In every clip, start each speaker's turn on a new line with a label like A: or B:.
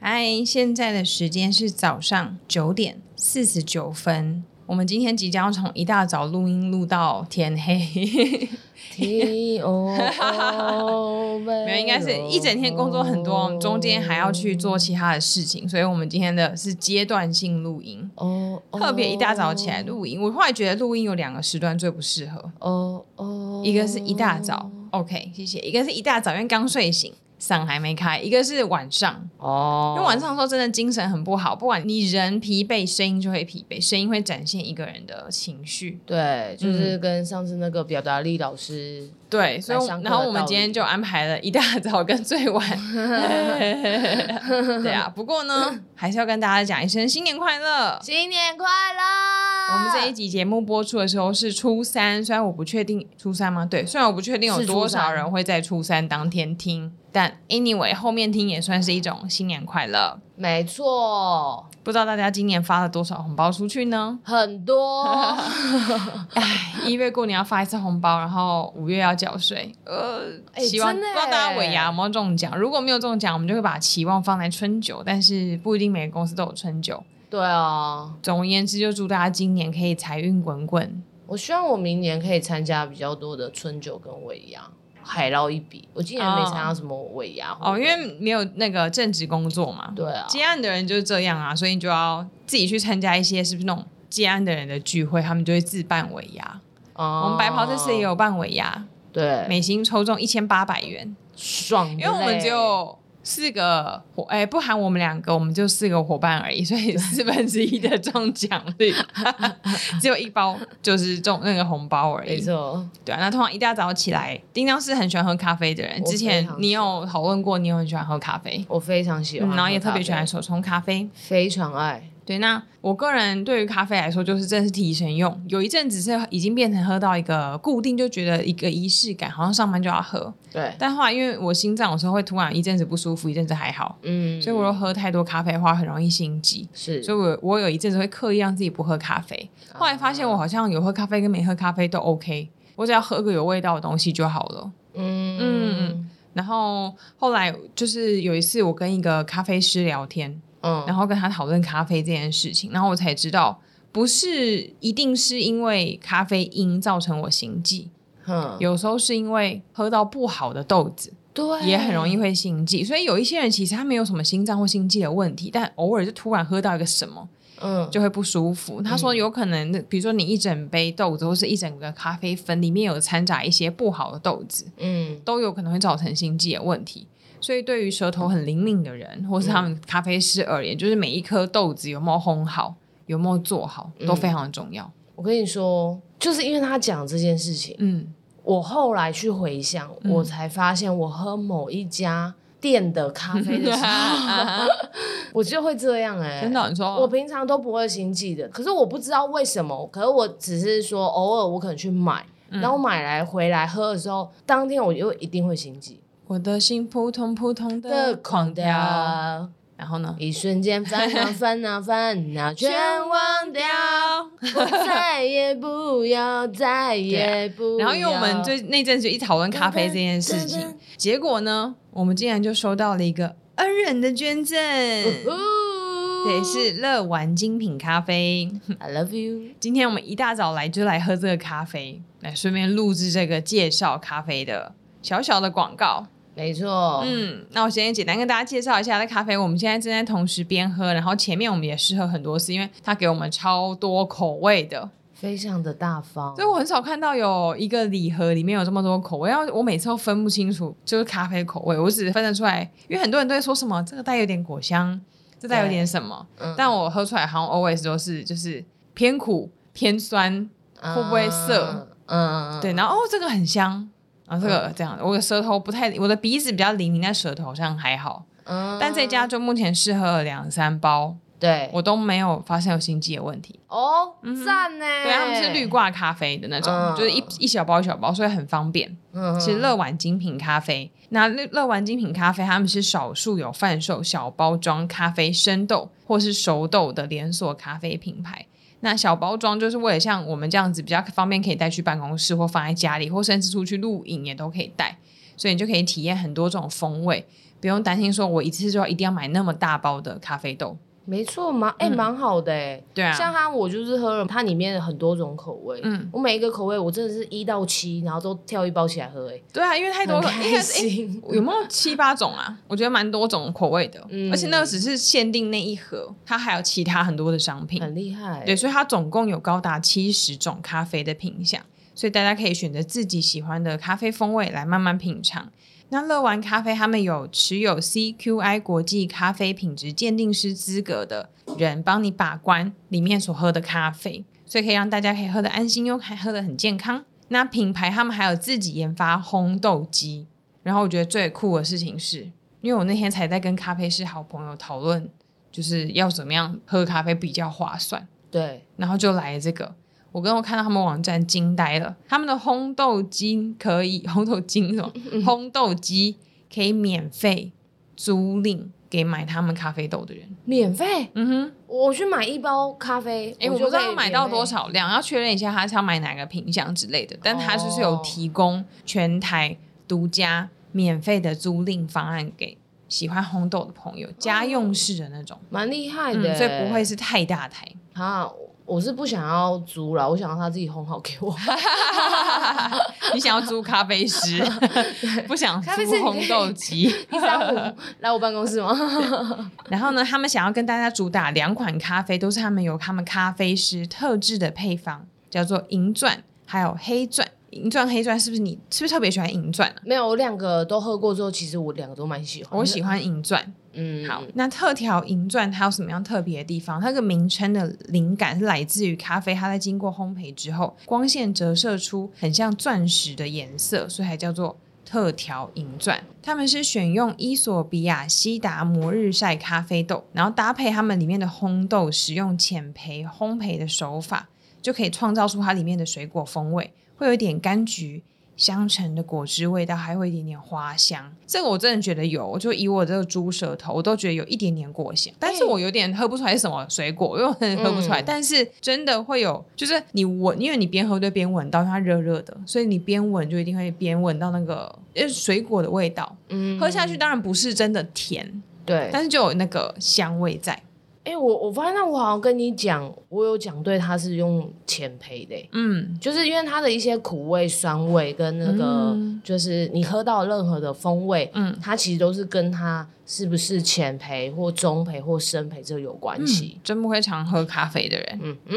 A: 嗨，现在的时间是早上九点四十九分。我们今天即将从一大早录音录到天黑，
B: T O O，没
A: 没有，应该是
B: 哎
A: 一整天工作很多，我们中间还要去做其他的事情，所以我们今天的是阶段性录音，
B: 哦，
A: 特别一大早起来录音。我后来觉得录音有两个时段最不适合，
B: 哦哦，
A: 一个是一大早，OK，谢谢；一个是一大早，因为刚睡醒，嗓还没开；一个是晚上，
B: 哦，
A: 因为晚上的时候真的精神很不好，不管你人疲惫，声音就会疲惫，声音会展现一个人的情绪。
B: 对，就是跟上次那个表达力老师，
A: 对，所以我
B: 来上课
A: 然后我
B: 的
A: 们
B: 道
A: 今天
B: 理
A: 就安排了一大早跟最晚。对啊，不过呢，还是要跟大家讲一声新年快乐。
B: 新年快乐！
A: 我们这一集节目播出的时候是初三，虽然我不确定初三吗？对，虽然我不确定有
B: 是初
A: 多少
B: 三
A: 人会在初三当天听，但 anyway 后面听也算是一种新年快乐。
B: 没错，
A: 不知道大家今年发了多少红包出去呢？
B: 很多，
A: 唉，哎一月过年要发一次红包，然后五月要缴税。呃，
B: 哎
A: 希望不
B: 真的哎
A: 知道大家
B: 耶
A: 尾牙有没有中奖。如果没有中奖，我们就会把期望放在春酒，但是不一定每个公司都有春酒。
B: 对啊，
A: 总而言之，就祝大家今年可以财运滚滚。
B: 我希望我明年可以参加比较多的春酒跟尾牙，海捞一笔。我今年没参加什么尾牙活动
A: 哦，因为没有那个正职工作嘛，
B: 对啊，
A: 接案的人就是这样啊，所以你就要自己去参加一些是不是那种接案的人的聚会，他们就会自办尾牙。我
B: 我
A: 们白袍这次
B: 哦
A: 也有办尾牙，
B: 对，
A: 美心抽中一千八百元，
B: 爽的嘞，
A: 因为我们只有四个伙，哎、不含我们两个，我们就四个伙伴而已，所以四分之一的中奖率， 只有一包就是中那个红包而
B: 没
A: 已。
B: 错，
A: 对啊，那通常一大早起来，叮当是很喜欢喝咖啡的人。
B: 我
A: 之前
B: 非常
A: 你
B: 喜欢
A: 有讨论过，你有很喜欢喝咖啡，
B: 我非常喜欢
A: 嗯，
B: 喝咖啡，
A: 然后也特别喜欢手冲咖啡。
B: 非常爱，
A: 对，那我个人对于咖啡来说，就是真的是提神用。有一阵子是已经变成喝到一个固定，就觉得一个仪式感，好像上班就要喝。
B: 对，
A: 但后来因为我心脏有时候会突然一阵子不舒服，一阵子还好，
B: 嗯，
A: 所以我若喝太多咖啡的话，很容易心悸。
B: 是，啊
A: 所以我我有一阵子会刻意让自己不喝咖啡。后来发现我好像有喝咖啡跟没喝咖啡都 OK，我只要喝个有味道的东西就好了。
B: 嗯
A: 嗯
B: 嗯
A: 然后后来就是有一次，我跟一个咖啡师聊天，
B: 嗯，
A: 然后跟他讨论咖啡这件事情，然后我才知道，不是一定是因为咖啡因造成我心悸，
B: 哼
A: 有时候是因为喝到不好的豆子
B: 对
A: 也很容易会心悸。所以有一些人其实他没有什么心脏或心悸的问题，但偶尔就突然喝到一个什么
B: 嗯
A: 就会不舒服。他说有可能，比如说你一整杯豆子或是一整个咖啡粉里面有掺杂一些不好的豆子，
B: 嗯
A: 都有可能会造成心悸的问题。所以，对于舌头很灵敏的人，或是他们咖啡师而言，就是每一颗豆子有没有烘好，有没有做好，都非常重要。
B: 我跟你说，就是因为他讲这件事情，
A: 嗯，
B: 我后来去回想，我才发现我喝某一家店的咖啡的时候，我就会这样哎、
A: 啊真的、。你说
B: 我平常都不会心悸的，可是我不知道为什么，可是我只是说偶尔我可能去买，
A: 嗯
B: 然后买来回来喝的时候，当天我就一定会心悸
A: 我的心扑通扑通
B: 的
A: 的
B: 狂
A: 狂
B: 掉，
A: 跳，然后呢？
B: 一瞬间啊烦 恼烦恼烦恼全忘掉，我再也不要再也
A: 啊
B: 不要。
A: 然后，因为我们最那阵子一讨论咖啡这件事
B: 噔噔噔
A: 情，结果呢，我们竟然就收到了一个恩人的捐赠，对，
B: 对
A: 是乐玩精品咖啡。
B: I love you，
A: 今天我们一大早来就来喝这个咖啡，来顺便录制这个介绍咖啡的小小的广告。
B: 没错，
A: 嗯，那我先简单跟大家介绍一下，这咖啡我们现在正在同时边喝，然后前面我们也试喝很多次，因为它给我们超多口味的，
B: 非常的大方
A: 所以，我很少看到有一个礼盒里面有这么多口味，要我每次都分不清楚，就是咖啡口味，我只分得出来，因为很多人都会说什么这个带有点果香，这带有点什么，
B: 嗯
A: 但我喝出来好像 always 都是就是偏苦偏酸，会不会涩？
B: 啊嗯，嗯嗯
A: 对，，然后哦，这个很香，然后这个这样，我的舌头不太，我的鼻子比较灵敏，但舌头好像还好。
B: 嗯
A: 但这家就目前试喝了两三包，
B: 对，
A: 我都没有发现有心悸的问题。
B: 哦，赞呢，
A: 嗯对，啊他们是绿挂咖啡的那种，
B: 嗯
A: 就是一一小包一小包，所以很方便。
B: 嗯，嗯
A: 是乐玩精品咖啡，那乐乐玩精品咖啡他们是少数有贩售小包装咖啡生豆或是熟豆的连锁咖啡品牌。那小包装就是为了像我们这样子比较方便，可以带去办公室或放在家里，或甚至出去露营也都可以带，所以你就可以体验很多种风味。不用担心说我一次就要一定要买那么大包的咖啡豆。
B: 没错，蛮哎蛮好的哎、
A: 嗯对啊，
B: 像它，我就是喝了它里面的很多种口味，
A: 嗯，
B: 我每一个口味我真的是一到七，然后都挑一包起来喝、欸，
A: 对啊，因为太
B: 哎，
A: 多
B: 很
A: 了，应该
B: 开
A: 是诶
B: 心。
A: 有没有七八种啊？我觉得蛮多种口味的，
B: 嗯
A: 而且那个只是限定那一盒，它还有其他很多的商品。
B: 很厉害、
A: 哎对，所以它总共有高达七十种咖啡的品相，所以大家可以选择自己喜欢的咖啡风味来慢慢品尝。那乐玩咖啡他们有持有 CQI 国际咖啡品质鉴定师资格的人帮你把关里面所喝的咖啡，所以可以让大家可以喝得安心又还喝得很健康。那品牌他们还有自己研发烘豆机，然后我觉得最酷的事情是，因为我那天才在跟咖啡师好朋友讨论，就是要怎么样喝咖啡比较划算。
B: 对，
A: 然后就来这个。我跟我看到他们网站惊呆了，他们的烘豆机可以 烘豆机什么？
B: 嗯
A: 烘豆机可以免费租赁给买他们咖啡豆的人。
B: 免费，
A: 嗯哼，
B: 我去买一包咖啡，
A: 哎、我
B: 我
A: 不
B: 就
A: 知道
B: 可以
A: 要买到
B: 免费
A: 多，少量，要确认一下他是要买哪个品相之类的。但他就是有
B: 哦
A: 提供全台独家免费的租赁方案给喜欢烘豆的朋友，家用式的那种，
B: 蛮厉害的、
A: 嗯，
B: 欸
A: 所以不会是太大台。
B: 啊。我我是不想要租了，我想让他自己烘好给我。
A: 你想要租咖啡 师，不想租
B: 咖啡师你可以
A: 烘豆机。
B: 一三五来我办公室吗？
A: 然后呢，他们想要跟大家主打两款咖啡，都是他们有他们咖啡师特制的配方，叫做银钻还有黑钻。银钻、黑钻是不是你是不是特别喜欢银钻啊？
B: 没有，我两个都喝过之后，其实我两个都蛮喜欢的。
A: 我喜欢银钻。
B: 嗯，
A: 好，那特调银钻它有什么样特别的地方？它这个名称的灵感是来自于咖啡，它在经过烘焙之后，光线折射出很像钻石的颜色，所以还叫做特调银钻。他们是选用伊索比亚西达摩日晒咖啡豆，然后搭配它们里面的烘豆，使用浅焙烘焙的手法，就可以创造出它里面的水果风味，会有一点柑橘。香橙的果汁味道，还会有一点点花香。这个我真的觉得有，我就以我这个猪舌头，我都觉得有一点点果香，但是我有点喝不出来是什么水果，因为我很喝不出来。
B: 嗯
A: 但是真的会有，就是你闻，因为你边喝就边闻到因为它热热的，所以你边闻就一定会边闻到那个呃水果的味道。
B: 嗯
A: 喝下去当然不是真的甜，
B: 对。
A: 但是就有那个香味在。
B: 哎、我我发现我好像跟你讲，我有讲对，它是用浅焙的欸、
A: 嗯，
B: 就是因为它的一些苦味、酸味跟那个，
A: 嗯
B: 就是你喝到任何的风味，
A: 嗯，
B: 它其实都是跟它是不是浅焙或中焙或深焙这有关系。
A: 真不会常喝咖啡的人。
B: 嗯
A: 嗯，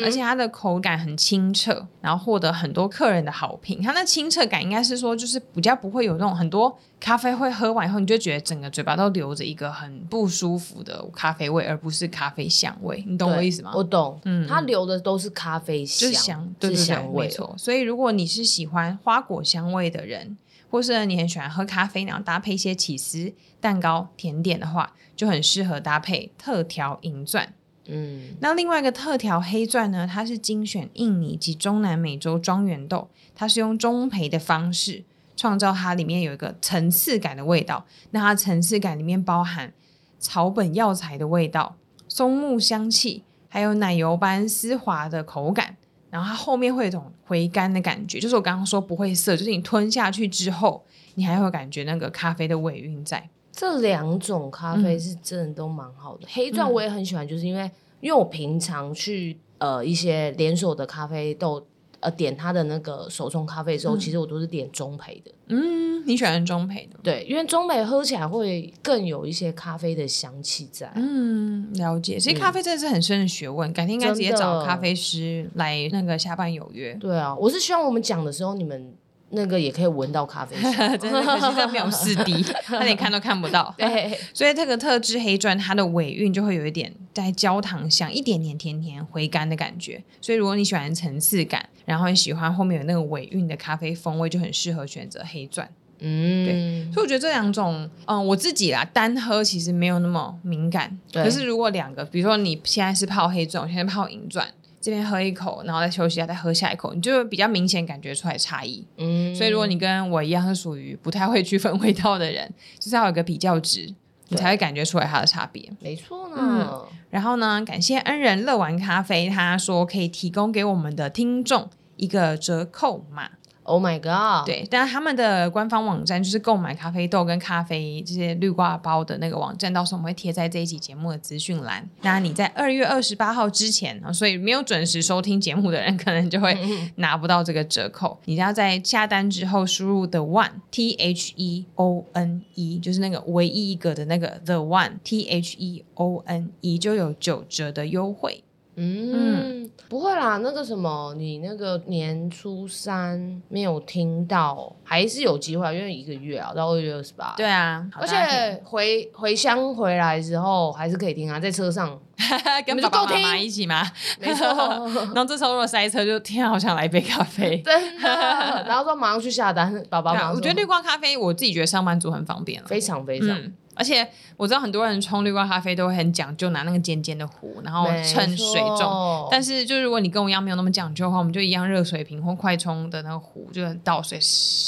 B: 嗯
A: 而且它的口感很清澈，然后获得很多客人的好评。它那清澈感应该是说，就是比较不会有那种很多咖啡会喝完以后，你就觉得整个嘴巴都留着一个很不舒服的咖啡味，而不是咖啡香味。你懂我
B: 对
A: 意思吗？
B: 我懂，
A: 嗯
B: 它留的都是咖啡
A: 就
B: 香，
A: 是香，对
B: 是
A: 对对，
B: 香味
A: 没
B: 哦。
A: 错。所以如果你是喜欢花果香味的人，或是你很喜欢喝咖啡，然后搭配一些起司、蛋糕、甜点的话，就很适合搭配特调银钻。
B: 嗯，
A: 那另外一个特调黑钻呢，它是精选印尼及中南美洲庄园豆，它是用中培的方式创造它里面有一个层次感的味道。那它层次感里面包含草本药材的味道、松木香气，还有奶油般丝滑的口感。然后它后面会有一种回甘的感觉，就是我刚刚说不会涩，就是你吞下去之后，你还会感觉那个咖啡的尾韵在。
B: 这两种咖
A: 嗯
B: 啡是真的都蛮好的。黑钻我也很喜欢，就是因为因为我平常去呃一些连锁的咖啡豆。呃，点它的那个手冲咖啡的时候，其实我都是点中焙的，
A: 嗯，你喜欢中培的？
B: 对，因为中焙喝起来会更有一些咖啡的香气在。
A: 嗯，了解。其实咖啡真的是很深的学问，改天应该直接
B: 真
A: 找
B: 的
A: 咖啡师来那个下班有约。
B: 对啊，我是希望我们讲的时候，你们那个也可以闻到咖啡香。
A: 真的可惜，这没有四 D，他连看都看不到。
B: 对，
A: 所以这个特制黑钻，它的尾韵就会有一点在焦糖香，一点点甜甜回甘的感觉。所以如果你喜欢层次感，然后你喜欢后面有那个尾韵的咖啡风味，就很适合选择黑钻。
B: 嗯，
A: 所以我觉得这两种，嗯，我自己啦，单喝其实没有那么敏感。
B: 对
A: 可是如果两个，比如说你现在是泡黑钻，我现在泡银钻，这边喝一口，然后再休息一下，再喝下一口，你就会比较明显感觉出来差异。
B: 嗯，
A: 所以如果你跟我一样是属于不太会区分味道的人，就是要有一个比较值，你
B: 对
A: 才会感觉出来它的差别。
B: 嗯没错呢，
A: 然后呢，感谢恩人乐玩咖啡，他说可以提供给我们的听众一个折扣码。
B: Oh my god！，
A: 对，但他们的官方网站就是购买咖啡豆跟咖啡这些绿挂包的那个网站，到时候我们会贴在这一期节目的资讯栏。那你在二月二十八号之前，啊所以没有准时收听节目的人，可能就会拿不到这个折扣。你要在下单之后输入 the one t h e o n e，就是那个唯一一个的那个 the one t h e o n e，就有九折的优惠。
B: 嗯，不会啦，那个什么，你那个年初三没有听到，还是有机会啊，因为一个月啊，到二月二十八。
A: 对，啊，好
B: 而
A: 大家
B: 且回回乡回来之后还是可以听啊，在车上，
A: 可以 跟
B: 你们
A: 爸
B: 就
A: 爸
B: 够
A: 妈妈
B: 听
A: 一起吗？
B: 没错，
A: 然后这时候如果塞车，就天啊，好想来一杯咖啡。
B: 真 的。然后说马上去下单，爸爸
A: 对
B: 马
A: 啊，
B: 上
A: 我
B: 说
A: 觉得绿光咖啡，我自己觉得上班族很方便了。
B: 非常非常。
A: 嗯，而且我知道很多人冲绿光咖啡都会很讲究，拿那个尖尖的壶，然后
B: 哦
A: 称水重。
B: 重
A: 但是，就如果你跟我一样没有那么讲究的话，我们就一样热水瓶或快冲的那个壶，就是倒水，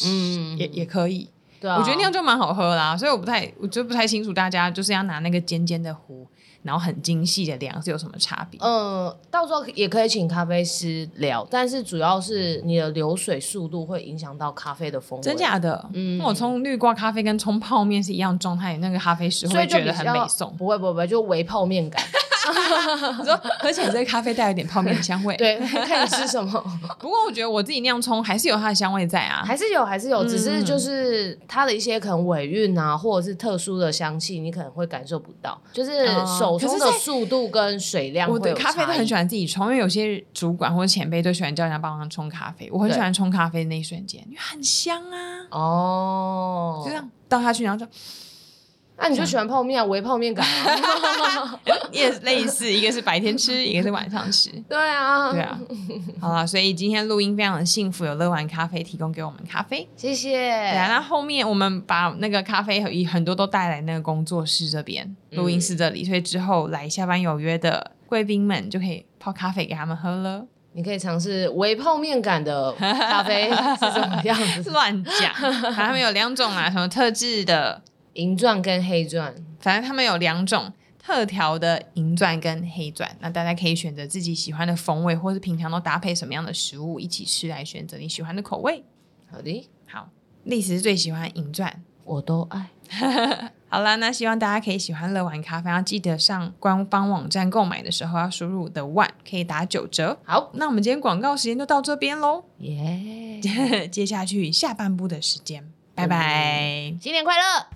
A: 嗯，
B: 嗯
A: 也也可以。
B: 对啊，
A: 我觉得那样就蛮好喝啦，所以我不太，我就不太清楚大家就是要拿那个尖尖的壶，然后很精细的量是有什么差别。
B: 嗯，到时候也可以请咖啡师聊，但是主要是你的流水速度会影响到咖啡的风味。
A: 真？假的？
B: 嗯
A: 那我冲绿挂咖啡跟冲泡面是一样状态，那个咖啡师
B: 所
A: 会
B: 以就
A: 觉
B: 比
A: 得
B: 较
A: 很美 送。
B: 不会不会不会，就微泡面感。
A: 你说，而且这个咖啡带有点泡面的香味。，
B: 对，看你吃什么，
A: 不过我觉得我自己那样冲还是有它的香味在啊。
B: 还是有还是有，只是
A: 嗯
B: 就是它的一些可能尾韵啊，或者是特殊的香气，你可能会感受不到，就是
A: 哦
B: 手
A: 可是
B: 冲的
A: 在
B: 速度跟水量
A: 我
B: 会
A: 对
B: 有
A: 咖啡
B: 差
A: 都
B: 异
A: 很喜欢自己冲，因为有些主管或者前辈都喜欢叫人家帮忙冲咖啡。我很喜欢冲咖啡的那一瞬间，因为很香啊，
B: 哦，
A: 就这样倒下去，然后就
B: 那你就喜欢泡面啊，微泡面感 啊，
A: 也类似，一个是白天 吃，一个是晚上吃。
B: 对啊，
A: 对 啊，好了，所以今天录音非常的幸福，有乐玩咖啡提供给我们咖啡。
B: 谢谢，
A: 对啊，那后面我们把那个咖啡很很多都带来那个工作室这边、
B: 嗯
A: 录音室这里，所以之后来下班有约的贵宾们就可以泡咖啡给他们喝了。
B: 你可以尝试微泡面感的 咖啡是什么样子？
A: 乱讲， 反正他们有两种啦，什么特制的，
B: 银钻跟黑钻，
A: 反正他们有两种。特调的银钻跟黑钻，那大家可以选择自己喜欢的风味，或是平常都搭配什么样的食物一起吃来选择你喜欢的口味。
B: 好的，
A: 好，历史最喜欢银钻，
B: 我都爱。
A: 好啦，那希望大家可以喜欢乐玩咖啡，要记得上官方网站购买的时候要输入的 one 可以打九折。
B: 好，
A: 那我们今天广告时间就到这边喽，
B: 耶、
A: 接下去下半部的时间，拜拜。
B: 新年快乐！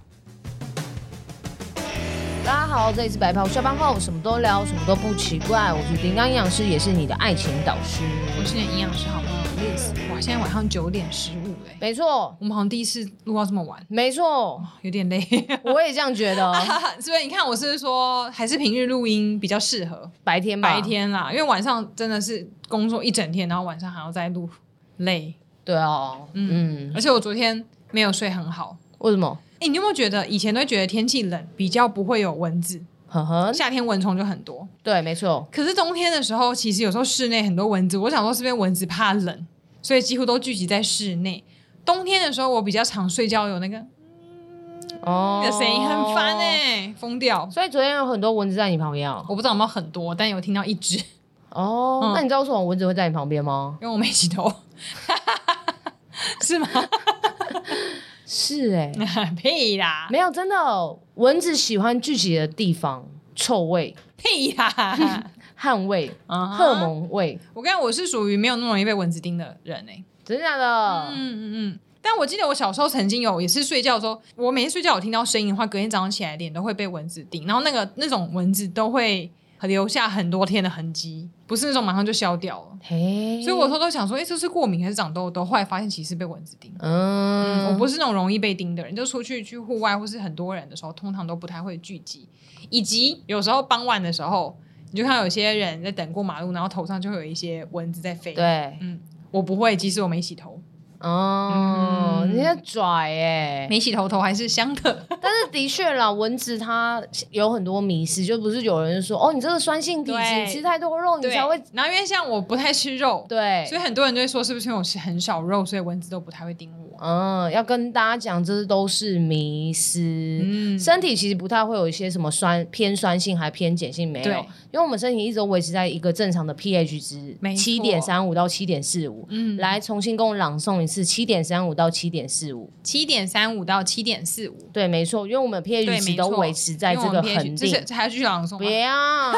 B: 大家好，这里是白袍下班后，什么都聊，什么都不奇怪。我是叮当营养师，也是你的爱情导师。
A: 我是你的营养师好朋友 Liz，哇，现在晚上九点十五嘞，
B: 没错，
A: 我们好像第一次录到这么晚，
B: 没错，
A: 有点累。
B: 我也这样觉 得。哦
A: 所以你看，我是不是说还是平日录音比较适合，
B: 白天吧，
A: 白，天啦，因为晚上真的是工作一整天，然后晚上还要再录，累。
B: 对哦，嗯，
A: 而且我昨天没有睡很好。
B: 为什么？
A: 哎、你有没有觉得以前都会觉得天气冷比较不会有蚊子，
B: 呵呵，
A: 夏天蚊虫就很多。
B: 对，没错，
A: 可是冬天的时候，其实有时候室内很多蚊子，我想说是不是蚊子怕冷，所以几乎都聚集在室内。冬天的时候，我比较常睡觉，有那个
B: 哦
A: 那个声音很烦
B: 欸
A: 哎、疯掉。
B: 所以昨天有很多蚊子在你旁边啊。
A: 我不知道有没有很多，但有听到一只，因
B: 哦，
A: 嗯
B: 那你知道为什么蚊子会在你旁边吗？
A: 为我没洗头， 是吗？
B: 是哎、
A: 屁啦，
B: 没有真的，哦蚊子喜欢聚集的地方，臭味、
A: 屁啦，
B: 汗味、
A: 啊
B: 荷尔。蒙味，
A: 我跟你讲我是属于没有那么容易被蚊子叮的人哎、
B: 真的假的？
A: 嗯嗯嗯。但我记得我小时候曾经有也是睡觉的时候，我每天睡觉有听到声音的话，隔天早上起来脸都会被蚊子叮，然后那个那种蚊子都会留下很多天的痕迹，不是那种马上就消掉了。
B: 嘿，
A: 所以我偷偷想说，哎、这是过敏还是长痘痘？后来发现其实是被蚊子叮。
B: 嗯，
A: 我不是那种容易被叮的人，就出去去户外或是很多人的时候，通常都不太会聚集，以及有时候傍晚的时候，你就看到有些人在等过马路，然后头上就会有一些蚊子在飞。，
B: 对，
A: 嗯，我不会，即使我没洗头，
B: 哦，
A: 嗯
B: 你在拽哎、
A: 没洗头头还是香的。
B: 但是的确啦，蚊子它有很多迷思，就不是有人说哦，你这个酸性体质，
A: 对
B: 你吃太多肉，你
A: 对，
B: 才会
A: 然后因为像我不太吃肉，
B: 对，
A: 所以很多人就会说是不是因为我吃很少肉，所以蚊子都不太会叮我。
B: 嗯，要跟大家讲，这都是迷思。
A: 嗯
B: 身体其实不太会有一些什么酸偏酸性还偏碱性没有
A: 对，
B: 因为我们身体一直都维持在一个正常的 pH 值
A: 没，错
B: 七点三五到七点四五。
A: 嗯，
B: 来重新跟我朗诵一四、七点三五到七点四五。
A: 七点三五到七点四五，
B: 对，没错，因为我们
A: 对
B: pH
A: 没
B: 值都
A: 错
B: 维持在
A: 因
B: 这
A: 为我
B: 个
A: 们
B: 恒
A: pH 这
B: 定
A: 是，还要去朗 诵吗？
B: 别啊，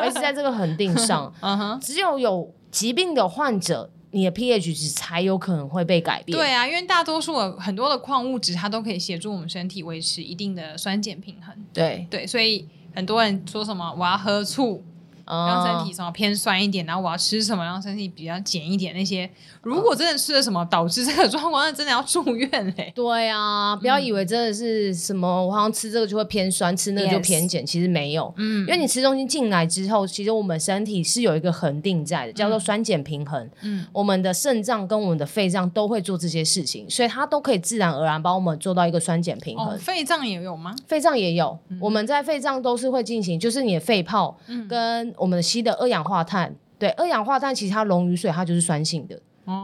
B: 维持在这个恒定上。
A: 嗯哼，
B: 只有有疾病的患者，你的 pH 值才有可能会被改变。
A: 对啊，因为大多数的很多的矿物质它都可以协助我们身体维持一定的酸碱平衡。
B: 对，
A: 对，所以很多人说什么我要喝醋，让
B: 嗯
A: 身体什么偏酸一点，然后我要吃什么让身体比较碱一点。那些如
B: 嗯
A: 果真的吃了什么导致这个状况，那真的要住院嘞、
B: 对啊，不要以
A: 嗯
B: 为真的是什么，我好像吃这个就会偏酸，吃那个就
A: Yes
B: 偏碱其实没有。
A: 嗯
B: 因为你吃东西进来之后，其实我们身体是有一个恒定在的，叫做酸碱平衡。
A: 嗯
B: 我们的肾脏跟我们的肺脏都会做这些事情，所以它都可以自然而然帮我们做到一个酸碱平衡。
A: 哦，嗯肺脏也有吗？
B: 肺脏也有，我们在肺脏都是会进行，就是你的肺泡
A: 嗯
B: 跟我们吸的二氧化碳。对，二氧化碳其实它溶于水，它就是酸性的。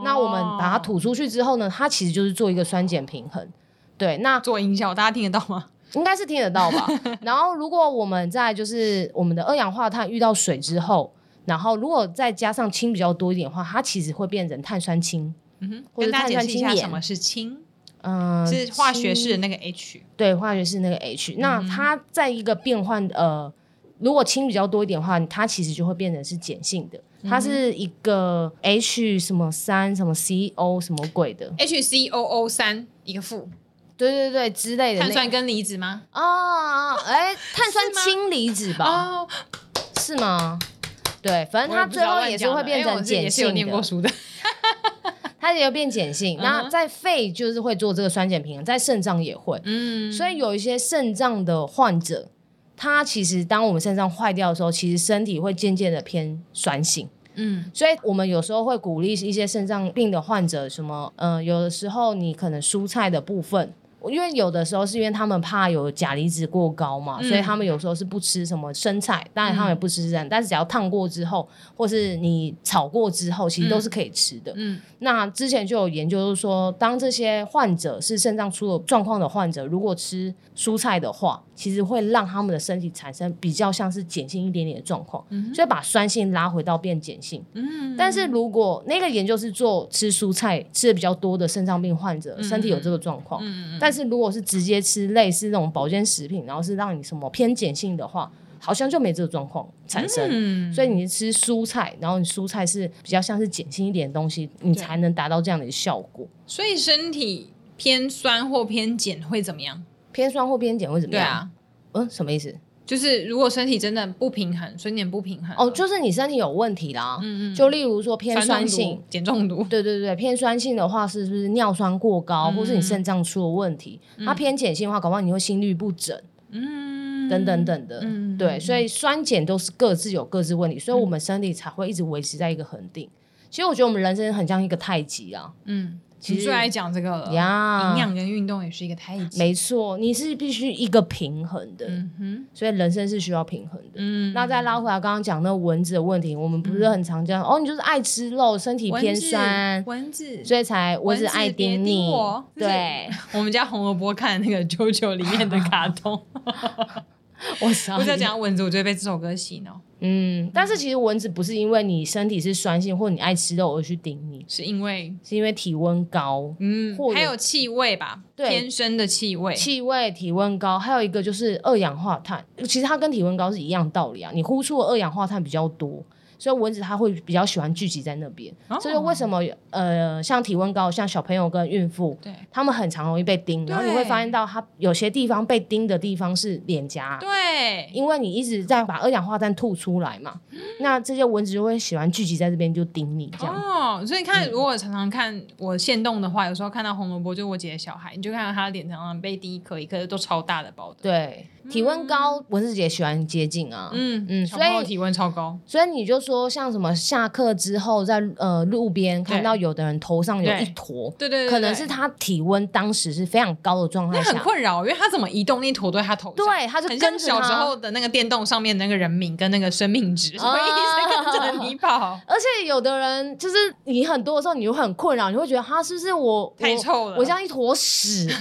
B: 那我们把它
A: 哦
B: 吐出去之后呢，它其实就是做一个酸碱平衡。对，那
A: 做音效，大家听得到吗？
B: 应该是听得 到吧？然后如果我们在就是我们的二氧化碳遇到水之后，然后如果再加上氢比较多一点的话，它其实会变成碳酸氢。
A: 嗯哼，
B: 或
A: 跟
B: 者
A: 大家解释
B: 碳酸
A: 一
B: 氢
A: 下
B: 盐
A: 什么是氢，
B: 嗯、
A: 是化学式的嗯
B: 氢
A: 那个 H。
B: 对化学式那个 H，、那它在一个变换呃，如果氢比较多一点的话，它其实就会变成是碱性的。
A: 嗯
B: 它是一个 H 什么三什么 CO 什么鬼的，
A: HCOO 三一个负，
B: 对对对之类的那
A: 碳酸根离子吗？
B: 啊，哎、碳酸
A: 是吗
B: 氢离子吧？
A: 哦，
B: 是吗？对，反正它
A: 我不知
B: 最
A: 道
B: 后
A: 乱
B: 也是
A: 讲
B: 会
A: 的
B: 变
A: 因为
B: 成
A: 我是也
B: 碱
A: 是有
B: 性
A: 念过嗯
B: 的，
A: 书的，
B: 它也会变碱性。那在肺就是会做这个酸碱平衡，在肾脏也会。
A: 嗯，
B: 所以有一些肾脏的患者，他其实当我们肾脏坏掉的时候，其实身体会渐渐的偏酸性。
A: 嗯
B: 所以我们有时候会鼓励一些肾脏病的患者，什么，嗯，有的时候你可能蔬菜的部分，因为有的时候是因为他们怕有钾离子过高嘛，
A: 嗯
B: 所以他们有时候是不吃什么生菜，当然他们也不吃生菜，但是只要烫过之后，或是你炒过之后，其实都是可以吃的。
A: 嗯，
B: 那之前就有研究就是说，当这些患者是肾脏出了状况的患者，如果吃蔬菜的话，其实会让他们的身体产生比较像是碱性一点点的状况，所以把酸性拉回到变碱性。
A: 嗯
B: 但是如果那个研究是做吃蔬菜吃的比较多的肾脏病患
A: 嗯
B: 者，身体有这个状况，但是如果是直接吃类似那种保健食品，然后是让你什么偏碱性的话，好像就没这个状况产生。
A: 嗯，
B: 所以你吃蔬菜，然后你蔬菜是比较像是碱性一点的东西，你才能达到这样的效果。
A: 所以身体偏酸或偏碱会怎么样？
B: 偏酸或偏碱会怎么
A: 对
B: 样？
A: 啊，
B: 嗯，什么意思？
A: 就是如果身体真的不平衡，酸碱不平衡
B: 哦，就是你身体有问题啦。
A: 嗯嗯，
B: 就例如说偏酸
A: 酸
B: 性，、
A: 碱中毒，
B: 对对对，偏酸性的话是不是尿酸过高，
A: 嗯
B: 或是你肾脏出了问题？它偏碱性的话，搞不好你会心律不整
A: 嗯，
B: 等等等的。
A: 嗯
B: 对，所以酸碱都是各自有各自问题，所以我们身体才会一直维持在一个恒定。其实我觉得我们人生很像一个太极啊，
A: 嗯，
B: 其
A: 其
B: 实
A: 实来讲这个了
B: 呀
A: 哦营养跟运动也是一个太极，
B: 没错，你是必须一个平衡的，
A: 嗯哼，
B: 所以人生是需要平衡的。
A: 嗯，
B: 那再拉回来，刚刚讲那蚊子的问题，我们不是很常讲、哦，你就是爱吃肉，身体
A: 蚊
B: 偏
A: 子
B: 酸，
A: 蚊子，
B: 所以才蚊子爱叮
A: 蚊子别叮
B: 你
A: 我。
B: 对，
A: 我们家红萝卜看那个 《啾啾》里面的卡 通，
B: 我操
A: 我！在讲蚊子，我就会被这首歌洗脑，
B: 嗯，但是其实蚊子不是因为你身体是酸性或你爱吃肉而去叮你，
A: 是因为
B: 是因为体温高、
A: 嗯
B: 或，者
A: 还有气味吧，
B: 对
A: 天生的气味，
B: 气味、体温高，还有一个就是二氧化碳。其实它跟体温高是一样道理啊，你呼出的二氧化碳比较多。所以蚊子它会比较喜欢聚集在那边，
A: 哦
B: 这就为什么呃，像体温高，像小朋友跟孕妇，
A: 对
B: 他们很常容易被叮，然后你
A: 对
B: 会发现到它有些地方被叮的地方是脸颊，
A: 对，
B: 因为你一直在把二氧化碳吐出来嘛，那这些蚊子就会喜欢聚集在这边就叮你这样。
A: 哦，所以看，如果常常看我现动的话，有时候看到红萝卜，就我姐的小孩，你就看到他脸常常被第一颗一颗都超大的包的，
B: 对，体温高，蚊子也喜欢接近啊。
A: 嗯
B: 嗯
A: 小朋
B: 所
A: 友
B: 以
A: 体温超高，
B: 所以你就说，像什么下课之后在呃路边看到有的人头上有
A: 对
B: 一坨，
A: 对对对，
B: 可能是
A: 对
B: 他体温当时是非常高的状态
A: 那很
B: 下，
A: 困扰，因为他怎么移动那坨对他头上，
B: 对，他就
A: 很
B: 跟
A: 像
B: 着
A: 小时
B: 他哦
A: 候的那个电动上面那个人名跟那个生命值，什么意思？只能 你跑，
B: 而且有的人就是你很多的时候，你会很困扰，你会觉得他是不是我
A: 太
B: 我
A: 臭了
B: 我像一坨屎，因为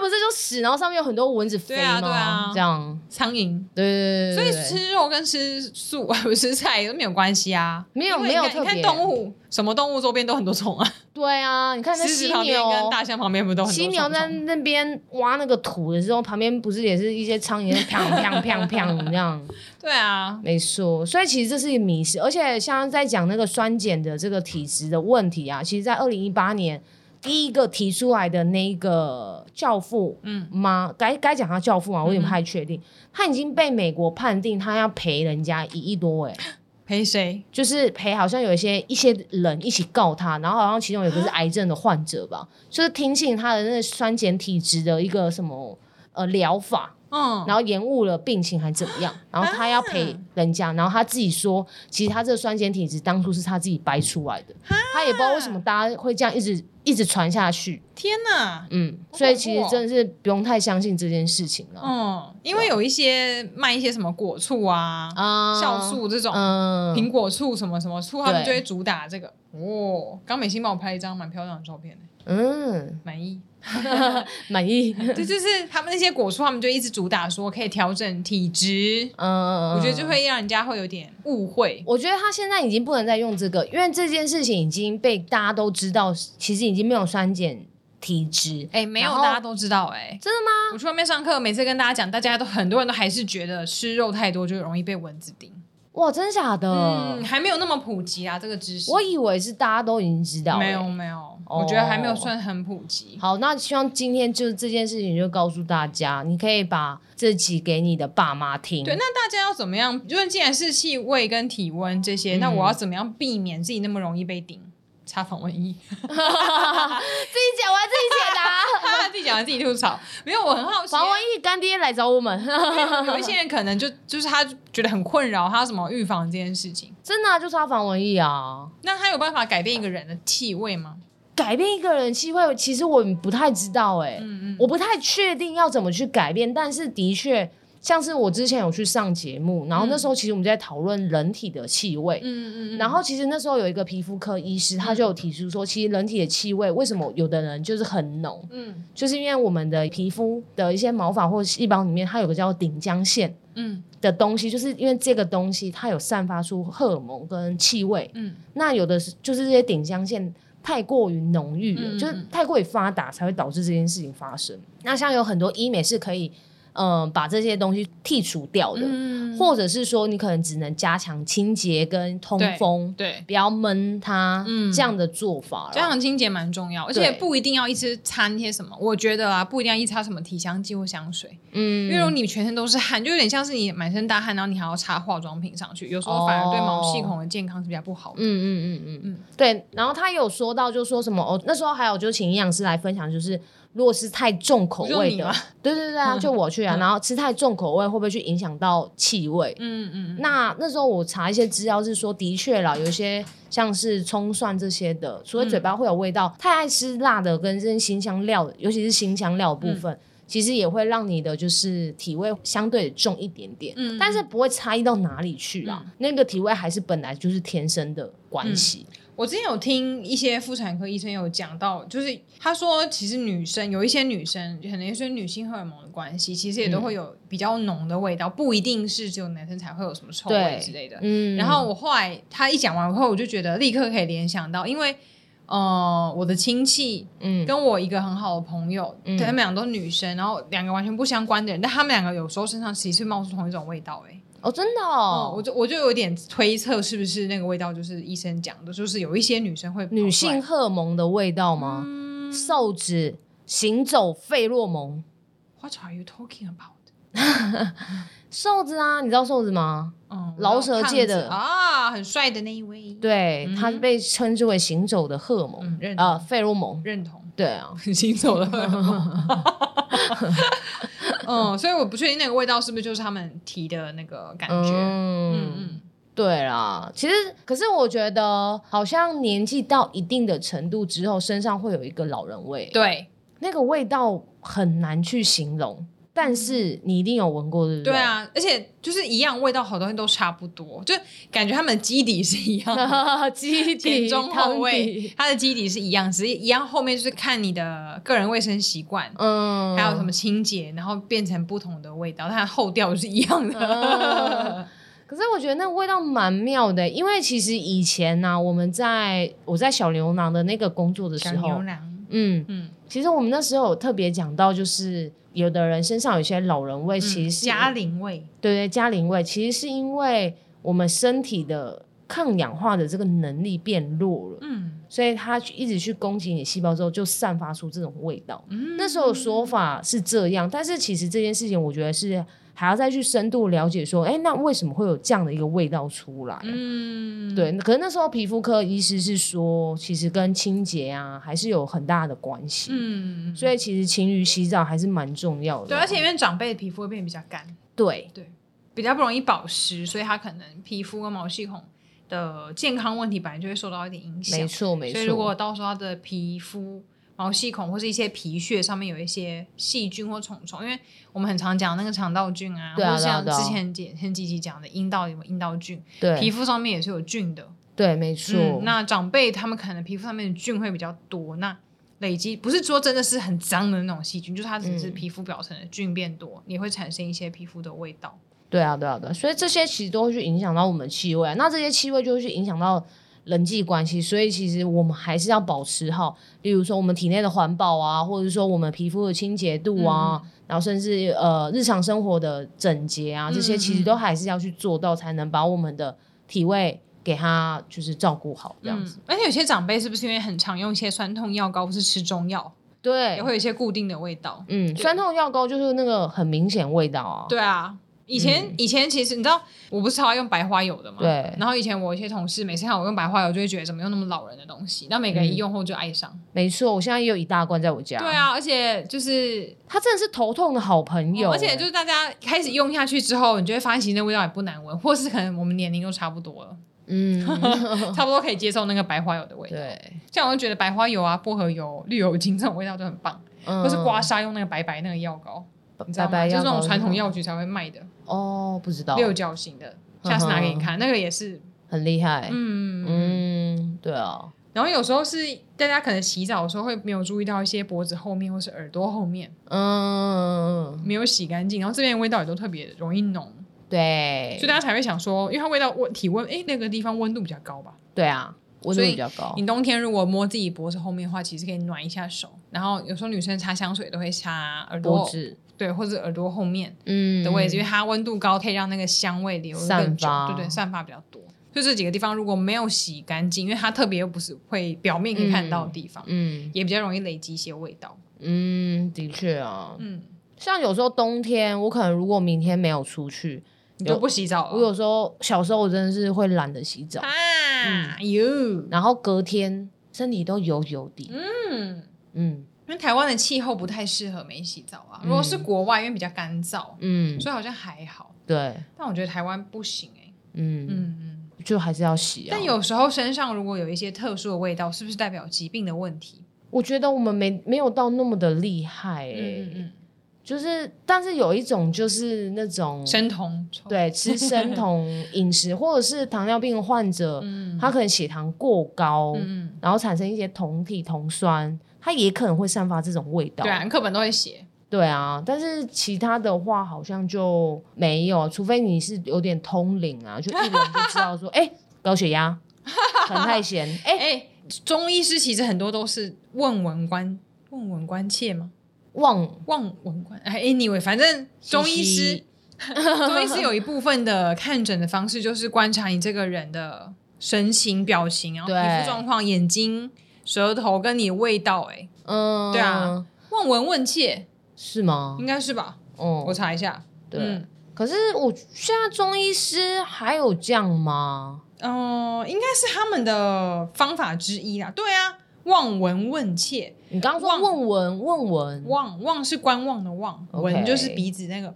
B: 不是就屎，然后上面有很多蚊子 飞
A: 对啊
B: 吗？
A: 对啊
B: 这样，
A: 苍蝇。
B: 对对对
A: 所
B: 对
A: 以
B: 对
A: 吃肉跟吃素啊不吃菜都没有关系啊，
B: 没有
A: 因为你
B: 没有
A: 看
B: 特别
A: 你看动物，什么动物周边都很多虫啊，
B: 对啊，你看 那
A: 狮子
B: 犀
A: 旁边
B: 牛，
A: 跟大象旁边不都很多
B: 犀
A: 虫
B: 牛在
A: 虫
B: 那边挖那个土的时候，旁边不是也是一些苍 蝇，砰砰砰砰这样，
A: 对啊，
B: 没错。所以其实这是一个迷失，而且像在讲那个酸碱的这个体质的问题啊，其实，在二零一八年第一个提出来的那个教父，嗯妈，该该讲他教父啊嘛，我有点不
A: 嗯
B: 太确定，他已经被美国判定他要赔人家一亿多哎、
A: 陪谁？
B: 就是陪好像有一些一些人一起告他，然后好像其中有个是癌症的患者
A: 啊
B: 吧，就是听信他的那个酸碱体质的一个什么呃疗法，
A: 嗯，
B: 然后延误了病情还怎么样，
A: 啊
B: 然后他要赔人家，然后他自己说，其实他这个酸碱体质当初是他自己掰出来的，
A: 啊
B: 他也不知道为什么大家会这样一直一直传下去，
A: 天哪，
B: 嗯，
A: 好
B: 所以其
A: 恐
B: 实
A: 怖哦
B: 真的是不用太相信这件事情了
A: 嗯，因为有一些卖一些什么果醋啊、
B: 啊，
A: 酵素这种。
B: 嗯，
A: 苹果醋什么什么醋，他们
B: 对
A: 就会主打这个。哦，刚美心帮我拍一张蛮漂亮的照片的，
B: 嗯，
A: 满意。
B: 满意，嗯
A: 这就是他们那些果醋，他们就一直主打说可以调整体质，
B: 嗯，
A: 我觉得就会让人家会有点误会。
B: 我觉得他现在已经不能再用这个，因为这件事情已经被大家都知道，其实已经没有酸碱体质。
A: 哎、没有，
B: 然后
A: 大家都知道哎、
B: 真的吗？
A: 我去外面上课，每次跟大家讲，大家都很多人都还是觉得吃肉太多就容易被蚊子叮。
B: 哇，真假的？
A: 嗯，还没有那么普及啊，这个知识。
B: 我以为是大家都已经知道、
A: 没有哦
B: 欸。
A: 没有，我觉得还没有算很普及。
B: 好，那希望今天就是这件事情就告诉大家，你可以把这集给你的爸妈听。
A: 对，那大家要怎么样？就是既然是气味跟体温这些，那我要怎么样避免自己那么容易被叮？擦防蚊衣，
B: 自己讲完自己解 答。
A: 哈哈， 自己讲完自己吐槽。 没有，我很好奇，欸
B: 黄文义干爹来找我们，
A: 有一些人可能就就是他觉得很困扰，他要怎么预防这件事情？
B: 真的、啊、就是他防文义啊。
A: 那他有办法改变一个人的气味吗？
B: 改变一个人的机会，其实我不太知道哎、
A: 嗯
B: 我不太确定要怎么去改变，但是的确，像是我之前有去上节目，然后那时候其实我们在讨论人体的气味。
A: 嗯嗯嗯嗯，嗯
B: 然后其实那时候有一个皮肤科医师，他就有提出说，其实人体的气味为什么有的人就是很浓，
A: 嗯
B: 就是因为我们的皮肤的一些毛发或细胞里面，它有个叫顶浆腺
A: 嗯
B: 的东西，就是因为这个东西它有散发出荷尔蒙跟气味，
A: 嗯
B: 那有的是就是这些顶浆腺太过于浓郁了，
A: 嗯
B: 就是太过于发达才会导致这件事情发生。那像有很多医美是可以，嗯、把这些东西剔除掉的，
A: 嗯，
B: 或者是说你可能只能加强清洁跟通风，
A: 对，
B: 不要闷它，
A: 嗯
B: 这样的做法啦。
A: 这样清洁蛮重要，而且不一定要一直擦那些什么。我觉得啊，不一定要一直擦什么体香剂或香水，
B: 嗯，
A: 因为如果你全身都是汗，就有点像是你满身大汗，然后你还要擦化妆品上去，有时候反而对毛细孔的健康是比较不好的。
B: 嗯嗯嗯嗯
A: 嗯
B: 嗯，对。然后他有说到，就说什么哦，那时候还有就请营养师来分享，就是如果是太重口
A: 不是
B: 味
A: 你
B: 的
A: 吗，
B: 对对对啊，就我 去啊，然后吃太重口味会不会去影响到气味？
A: 嗯嗯嗯，
B: 那那时候我查一些资料是说，的确啦，有一些像是葱蒜这些的，除了嘴巴会有味道，太爱吃辣的跟这些辛香料的，尤其是辛香料的
A: 嗯
B: 部分。其实也会让你的就是体味相对重一点点，
A: 嗯
B: 但是不会差异到哪里去啦。那个体味还是本来就是天生的关系，
A: 我之前有听一些妇产科医生有讲到，就是他说，其实女生有一些女生，可能是女性荷尔蒙的关系，其实也都会有比较浓的味道，不一定是只有男生才会有什么臭味
B: 对
A: 之类的。
B: 嗯
A: 然后我后来他一讲完后，我就觉得立刻可以联想到，因为呃，我的亲戚
B: 嗯
A: 跟我一个很好的朋友，
B: 嗯
A: 对他们俩都女生，然后两个完全不相关的人，但他们两个有时候身上其实是冒出同一种味道、欸，哎，
B: 哦，真的
A: 哦，
B: 哦，
A: 我就我就有点推测是不是那个味道就是医生讲的，就是有一些女生会跑出来
B: 女性荷尔蒙的味道吗？
A: 嗯
B: 受脂、行走费洛蒙、
A: What are you talking about？
B: 瘦子啊，你知道瘦子吗？
A: 嗯，
B: 饶舌界
A: 胖
B: 的
A: 子啊，很帅的那一位，，
B: 对，它被称之为行走的荷尔
A: 嗯
B: 蒙，，
A: 认
B: 啊，费洛蒙。
A: 认同，
B: 对啊，
A: 很行走的荷尔蒙。 嗯，所以我不确定那个味道是不是就是他们提的那个感觉。嗯
B: 嗯，
A: 嗯，
B: 对啦。其实，可是我觉得，好像年纪到一定的程度之后，身上会有一个老人味，
A: 对，
B: 那个味道很难去形容。但是你一定有闻过，对不
A: 对
B: 对，
A: 啊，而且就是一样，味道好东西都差不多，就感觉他们的基底是一 样的，
B: 基
A: 啊前
B: 底
A: 中后味
B: 汤底，
A: 它的基底是一样，只是一样后面就是看你的个人卫生习惯，
B: 嗯，
A: 还有什么？清洁，然后变成不同的味道，它的后调是一样的
B: 嗯。可是我觉得那个味道蛮妙的，因为其实以前呢、我们在我在小牛郎的那个工作的
A: 小
B: 时
A: 牛
B: 候，
A: 郎，
B: 嗯，
A: 嗯，
B: 其实我们那时候有特别讲到，就是有的人身上有些老人
A: 嗯
B: 味，其实是
A: 嘉陵味，
B: 对对，加龄味其实是因为我们身体的抗氧化的这个能力变弱了，
A: 嗯
B: 所以它去一直去攻击你细胞之后，就散发出这种味道。
A: 嗯，
B: 那时候说法是这样，但是其实这件事情，我觉得是还要再去深度了解，说，哎，那为什么会有这样的一个味道出来？
A: 嗯，
B: 对，可是那时候皮肤科医师是说，其实跟清洁啊还是有很大的关系，
A: 嗯，
B: 所以其实勤于洗澡还是蛮重要的。哦
A: 对，而且因为长辈的皮肤会变得比较干，
B: 对，
A: 比较不容易保湿，所以他可能皮肤跟毛细孔的健康问题本来就会受到一点影响。
B: 没错没错。
A: 所以如果到时候他的皮肤、毛细孔或是一些皮屑上面有一些细菌或虫虫，因为我们很常讲那个肠道菌啊，
B: 对啊
A: 或者像
B: 对啊对啊
A: 之前几前几集讲的阴道有没有阴道菌，
B: 对
A: 皮肤上面也是有菌的。
B: 对，没错、
A: 嗯，那长辈他们可能皮肤上面的菌会比较多，那累积不是说真的是很脏的那种细菌，就是它只是
B: 嗯
A: 皮肤表层的菌变多，也会产生一些皮肤的味道。
B: 对啊，对啊，对啊，所以这些其实都会去影响到我们气味啊、那这些气味就会去影响到人际关系，所以其实我们还是要保持好，例如说我们体内的环保啊，或者说我们皮肤的清洁度啊，
A: 嗯
B: 然后甚至呃日常生活的整洁啊，这些其
A: 嗯
B: 实都还是要去做到，才能把我们的体味给它就是照顾好这样子。
A: 嗯，而且有些长辈是不是因为很常用一些酸痛药膏或是吃中药，也
B: 对，
A: 会有一些固定的味道？
B: 嗯，酸痛药膏就是那个很明显味道啊。
A: 对啊，以前、以前其实你知道，我不是超爱用白花油的嘛。。
B: 嗯对，
A: 然后以前我有一些同事每次看我用白花油，就会觉得怎么用那么老人的东
B: 嗯
A: 西，那每个人一用后就爱上。
B: 没错，我现在也有一大罐在我家。
A: 对，啊，而且就是
B: 它真的是头痛的好朋友、
A: 哦而且
B: 欸
A: 就是大家开始用下去之后，你就会发现其实那味道也不难闻，或是可能我们年龄都差不多 了，
B: 嗯，
A: 差不多可以接受那个白花油的味道。
B: 对，
A: 像我就觉得白花油啊、薄荷油、绿油精这种味道都很棒，
B: 嗯
A: 或是刮痧用那个白白那个药膏，你知道吗？
B: 拜拜，
A: 就是那种传统
B: 药
A: 药局才会卖的
B: 膏哦，不知道，
A: 六角形的，下次拿给你看，那个也是，
B: 很厉害，
A: 嗯
B: 嗯，对啊，
A: 然后有时候是大家可能洗澡的时候会没有注意到一些脖子后面或是耳朵后面
B: 嗯，
A: 没有洗干净，然后这边味道也都特别容易浓，所以
B: 对，
A: 大家才会想说，因为它味道温体温，哎，那个地方温度比较高吧。
B: 对啊，温度
A: 所以
B: 比较高，
A: 你冬天如果摸自己脖子后面的话，其实可以暖一下手。然后有时候女生擦香水都会擦耳
B: 脖
A: 朵，
B: 子，
A: 对，或者耳朵后面
B: 嗯
A: 的位置，因为它温度高，可以让那个香味留得更
B: 散
A: 久，
B: 发
A: 对对，散发比较多。就这几个地方如果没有洗干净，因为它特别又不是会表面可以看到的地方，
B: 嗯
A: 也比较容易累积一些味道。
B: 嗯，的确啊，
A: 嗯，
B: 像有时候冬天，我可能如果明天没有出去，
A: 你就不洗澡啊
B: 我
A: 了
B: 有时候小时候我真的是会懒得洗澡，
A: 啊？哟，
B: 然后隔天身体都油油的，
A: 嗯，
B: 嗯
A: 因为台湾的气候不太适合没洗澡啊。
B: 嗯
A: 如果是国外，因为比较干燥，
B: 嗯，
A: 所以好像还好。
B: 对，
A: 但我觉得台湾不行哎、
B: 嗯，
A: 嗯嗯。
B: 就还是要洗啊，
A: 但有时候身上如果有一些特殊的味道，是不是代表疾病的问题？
B: 我觉得我们没没有到那么的厉害、欸，
A: 嗯嗯
B: 就是但是有一种就是那种
A: 嗯，生酮，
B: 对吃 生酮饮食，或者是糖尿病患者，
A: 嗯，
B: 他可能血糖过高，
A: 嗯，
B: 然后产生一些酮体酮酸，它也可能会散发这种味道。
A: 对啊，课本都会写，
B: 对啊但是其他的话好像就没有，除非你是有点通灵啊，就一闻就 知道说，哎、高血压，可能太咸，哎、
A: 哎、中医师其实很多都是望闻关望闻关切吗？
B: 忘
A: 望闻关哎，anyway，反正中医
B: 嘻
A: 师
B: 嘻
A: 中医师有一部分的看诊的方式就是观察你这个人的神情、表情，然后
B: 对
A: 皮肤状况、眼睛、舌头跟你的味道、哎，
B: 嗯，
A: 对啊，望闻问切
B: 是吗
A: 应？该是吧？
B: 哦、
A: 我查一下，
B: 对。
A: 嗯
B: 可是我现在中医师还有这样吗？
A: 哦，应该是他们的方法之一啦。对啊，望闻问切，
B: 你刚刚说
A: 望
B: 问闻问闻，
A: 望望是观望的望，
B: OK
A: 闻就是鼻子那个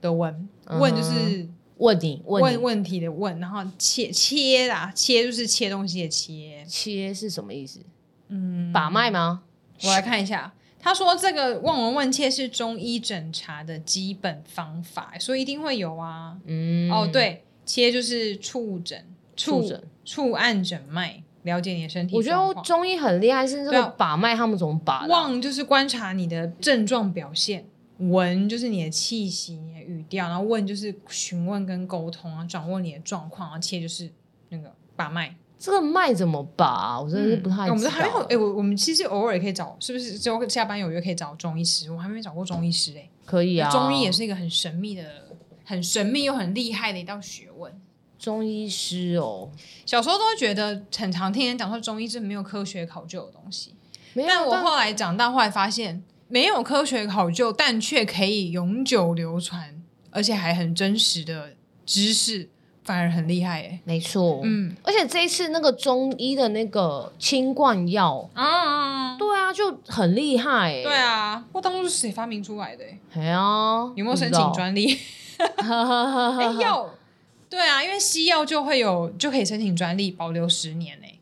A: 的闻，
B: 嗯哼
A: 问就是
B: 问你问
A: 问
B: 你
A: 问题的问，然后切切啦，切就是切东西的切。
B: 切是什么意思？
A: 嗯，
B: 把脉吗？
A: 我来看一下，他说这个望闻问切是中医诊查的基本方法，所以一定会有啊。
B: 嗯
A: 哦，，对，切就是触诊，
B: 触
A: 触
B: 诊
A: 触按诊脉，了解你的身体
B: 我觉
A: 状
B: 得
A: 况。
B: 中医很厉害，是这
A: 对
B: 个
A: 啊
B: 把脉他们怎么把的啊、
A: 望就是观察你的症状表现，闻就是你的气息、你的语调，然后问就是询问跟沟通啊，掌握你的状况，然后切就是那个把脉。
B: 这个脉怎么把啊？我真的是不
A: 嗯
B: 太知道。
A: 我们都还没有哎、我我们其实偶尔也可以找，是不是？只有下班有约可以找中医师，我还没找过中医师哎、
B: 可以啊，
A: 中医也是一个很神秘的、很神秘又很厉害的一道学问。
B: 中医师哦，
A: 小时候都会觉得很常听人讲说中医是没有科学考究的东西，
B: 没有，
A: 但我后来长大，后来发现没有科学考究，但却可以永久流传，而且还很真实的知识，反而很厉害哎、
B: 没错，
A: 嗯
B: 而且这一次那个中医的那个清冠药，
A: 啊，
B: 对啊，就很厉害、欸，
A: 对，啊，我当初是谁发明出来的、欸？
B: 哎呀，
A: 有没有申
B: 不
A: 请
B: 知道？
A: 专利？ 哎、
B: 嗯
A: 要对啊，因为西药就会有就可以申请专利，保留十年哎、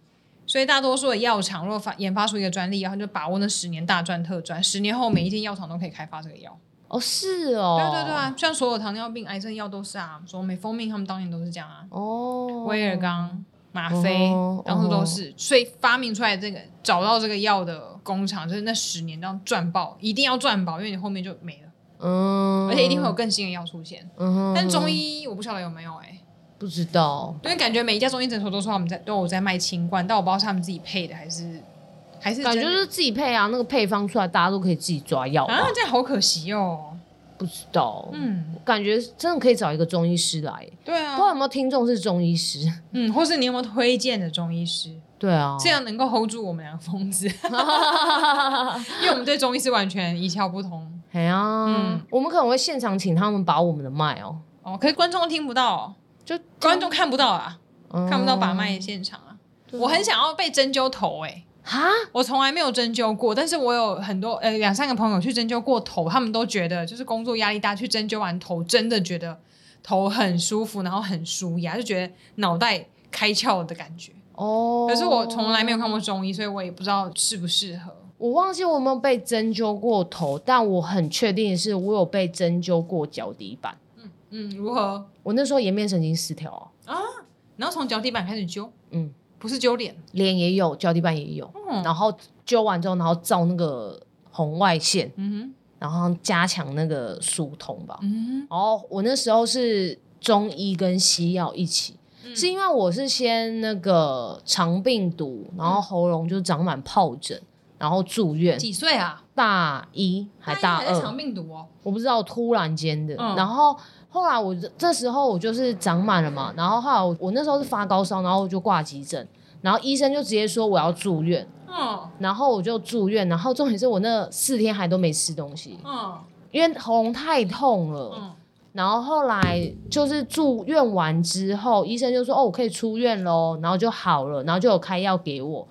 A: 所以大多数的药厂如果发研发出一个专利，然后就把握那十年大赚特赚，十年后每一间药厂都可以开发这个药。
B: 哦，是哦，
A: 对对对啊，像所有糖尿病、癌症药都是啊，什么美蜂蜜他们当年都是这样啊，
B: 哦，
A: 威尔刚、吗啡
B: 哦，
A: 然后都是，所以发明出来这个找到这个药的工厂，就是那十年这样赚爆，一定要赚爆，因为你后面就没了，
B: 嗯，嗯，
A: 而且一定会有更新的药出现。
B: 嗯，
A: 但中医我不晓得有没有哎、
B: 不知道，
A: 因为感觉每一家中医诊所都说他们在都有在卖清冠，但我不知道是他们自己配的还是还是
B: 感觉
A: 真
B: 就
A: 的
B: 是自己配啊，那个配方出来，大家都可以自己抓药吧
A: 啊，这样好可惜哦。
B: 不知道，
A: 嗯，
B: 感觉真的可以找一个中医师来，
A: 对
B: 不
A: 啊
B: 知，道有没有听众是中医师？
A: 嗯，或是你有没有推荐的中医师，
B: 对啊，
A: 这样能够 hold 住我们两个疯 子？因为我们对中医是完全一窍不通
B: 哎呀，
A: 嗯
B: 我们可能会现场请他们把我们的脉哦，
A: 哦，可是观众听不到哦、
B: 就
A: 观众看不到啊，
B: 嗯
A: 看不到把脉的现场啊。我很想要被针灸头哎、
B: 哈，
A: 我从来没有针灸过，但是我有很多呃两三个朋友去针灸过头，他们都觉得就是工作压力大，去针灸完头真的觉得头很舒服，然后很舒压，就觉得脑袋开窍的感觉。
B: 哦，
A: 可是我从来没有看过中医，所以我也不知道适不适合。
B: 我忘记我有没有被针灸过头，但我很确定的是我有被针灸过脚底板。
A: 嗯，如何？
B: 我那时候颜面神经失调啊，
A: 然后从脚底板开始灸，
B: 嗯，
A: 不是灸脸，
B: 脸也有，脚底板也有，
A: 嗯
B: 然后灸完之后，然后照那个红外线，
A: 嗯
B: 然后加强那个疏通吧
A: 哼，。嗯
B: 然后哦我那时候是中医跟西药一起，
A: 嗯
B: 是因为我是先那个肠病毒，然后喉咙就长满疱疹，然后住院
A: 哼，，嗯几岁啊？
B: 大一还大
A: 一还在
B: 二
A: 肠，病毒哦。
B: 我不知道突然间的。
A: 嗯
B: 然后后来我这这时候我就是长满了嘛，然后后来我我那时候是发高烧，然后我就挂急诊，然后医生就直接说我要住院，
A: 嗯
B: 然后我就住院，然后重点是我那四天还都没吃东西，
A: 嗯
B: 因为喉咙太痛了。
A: 嗯
B: 然后后来就是住院完之后，医生就说：“哦，我可以出院喽。”然后就好了，然后就有开药给我。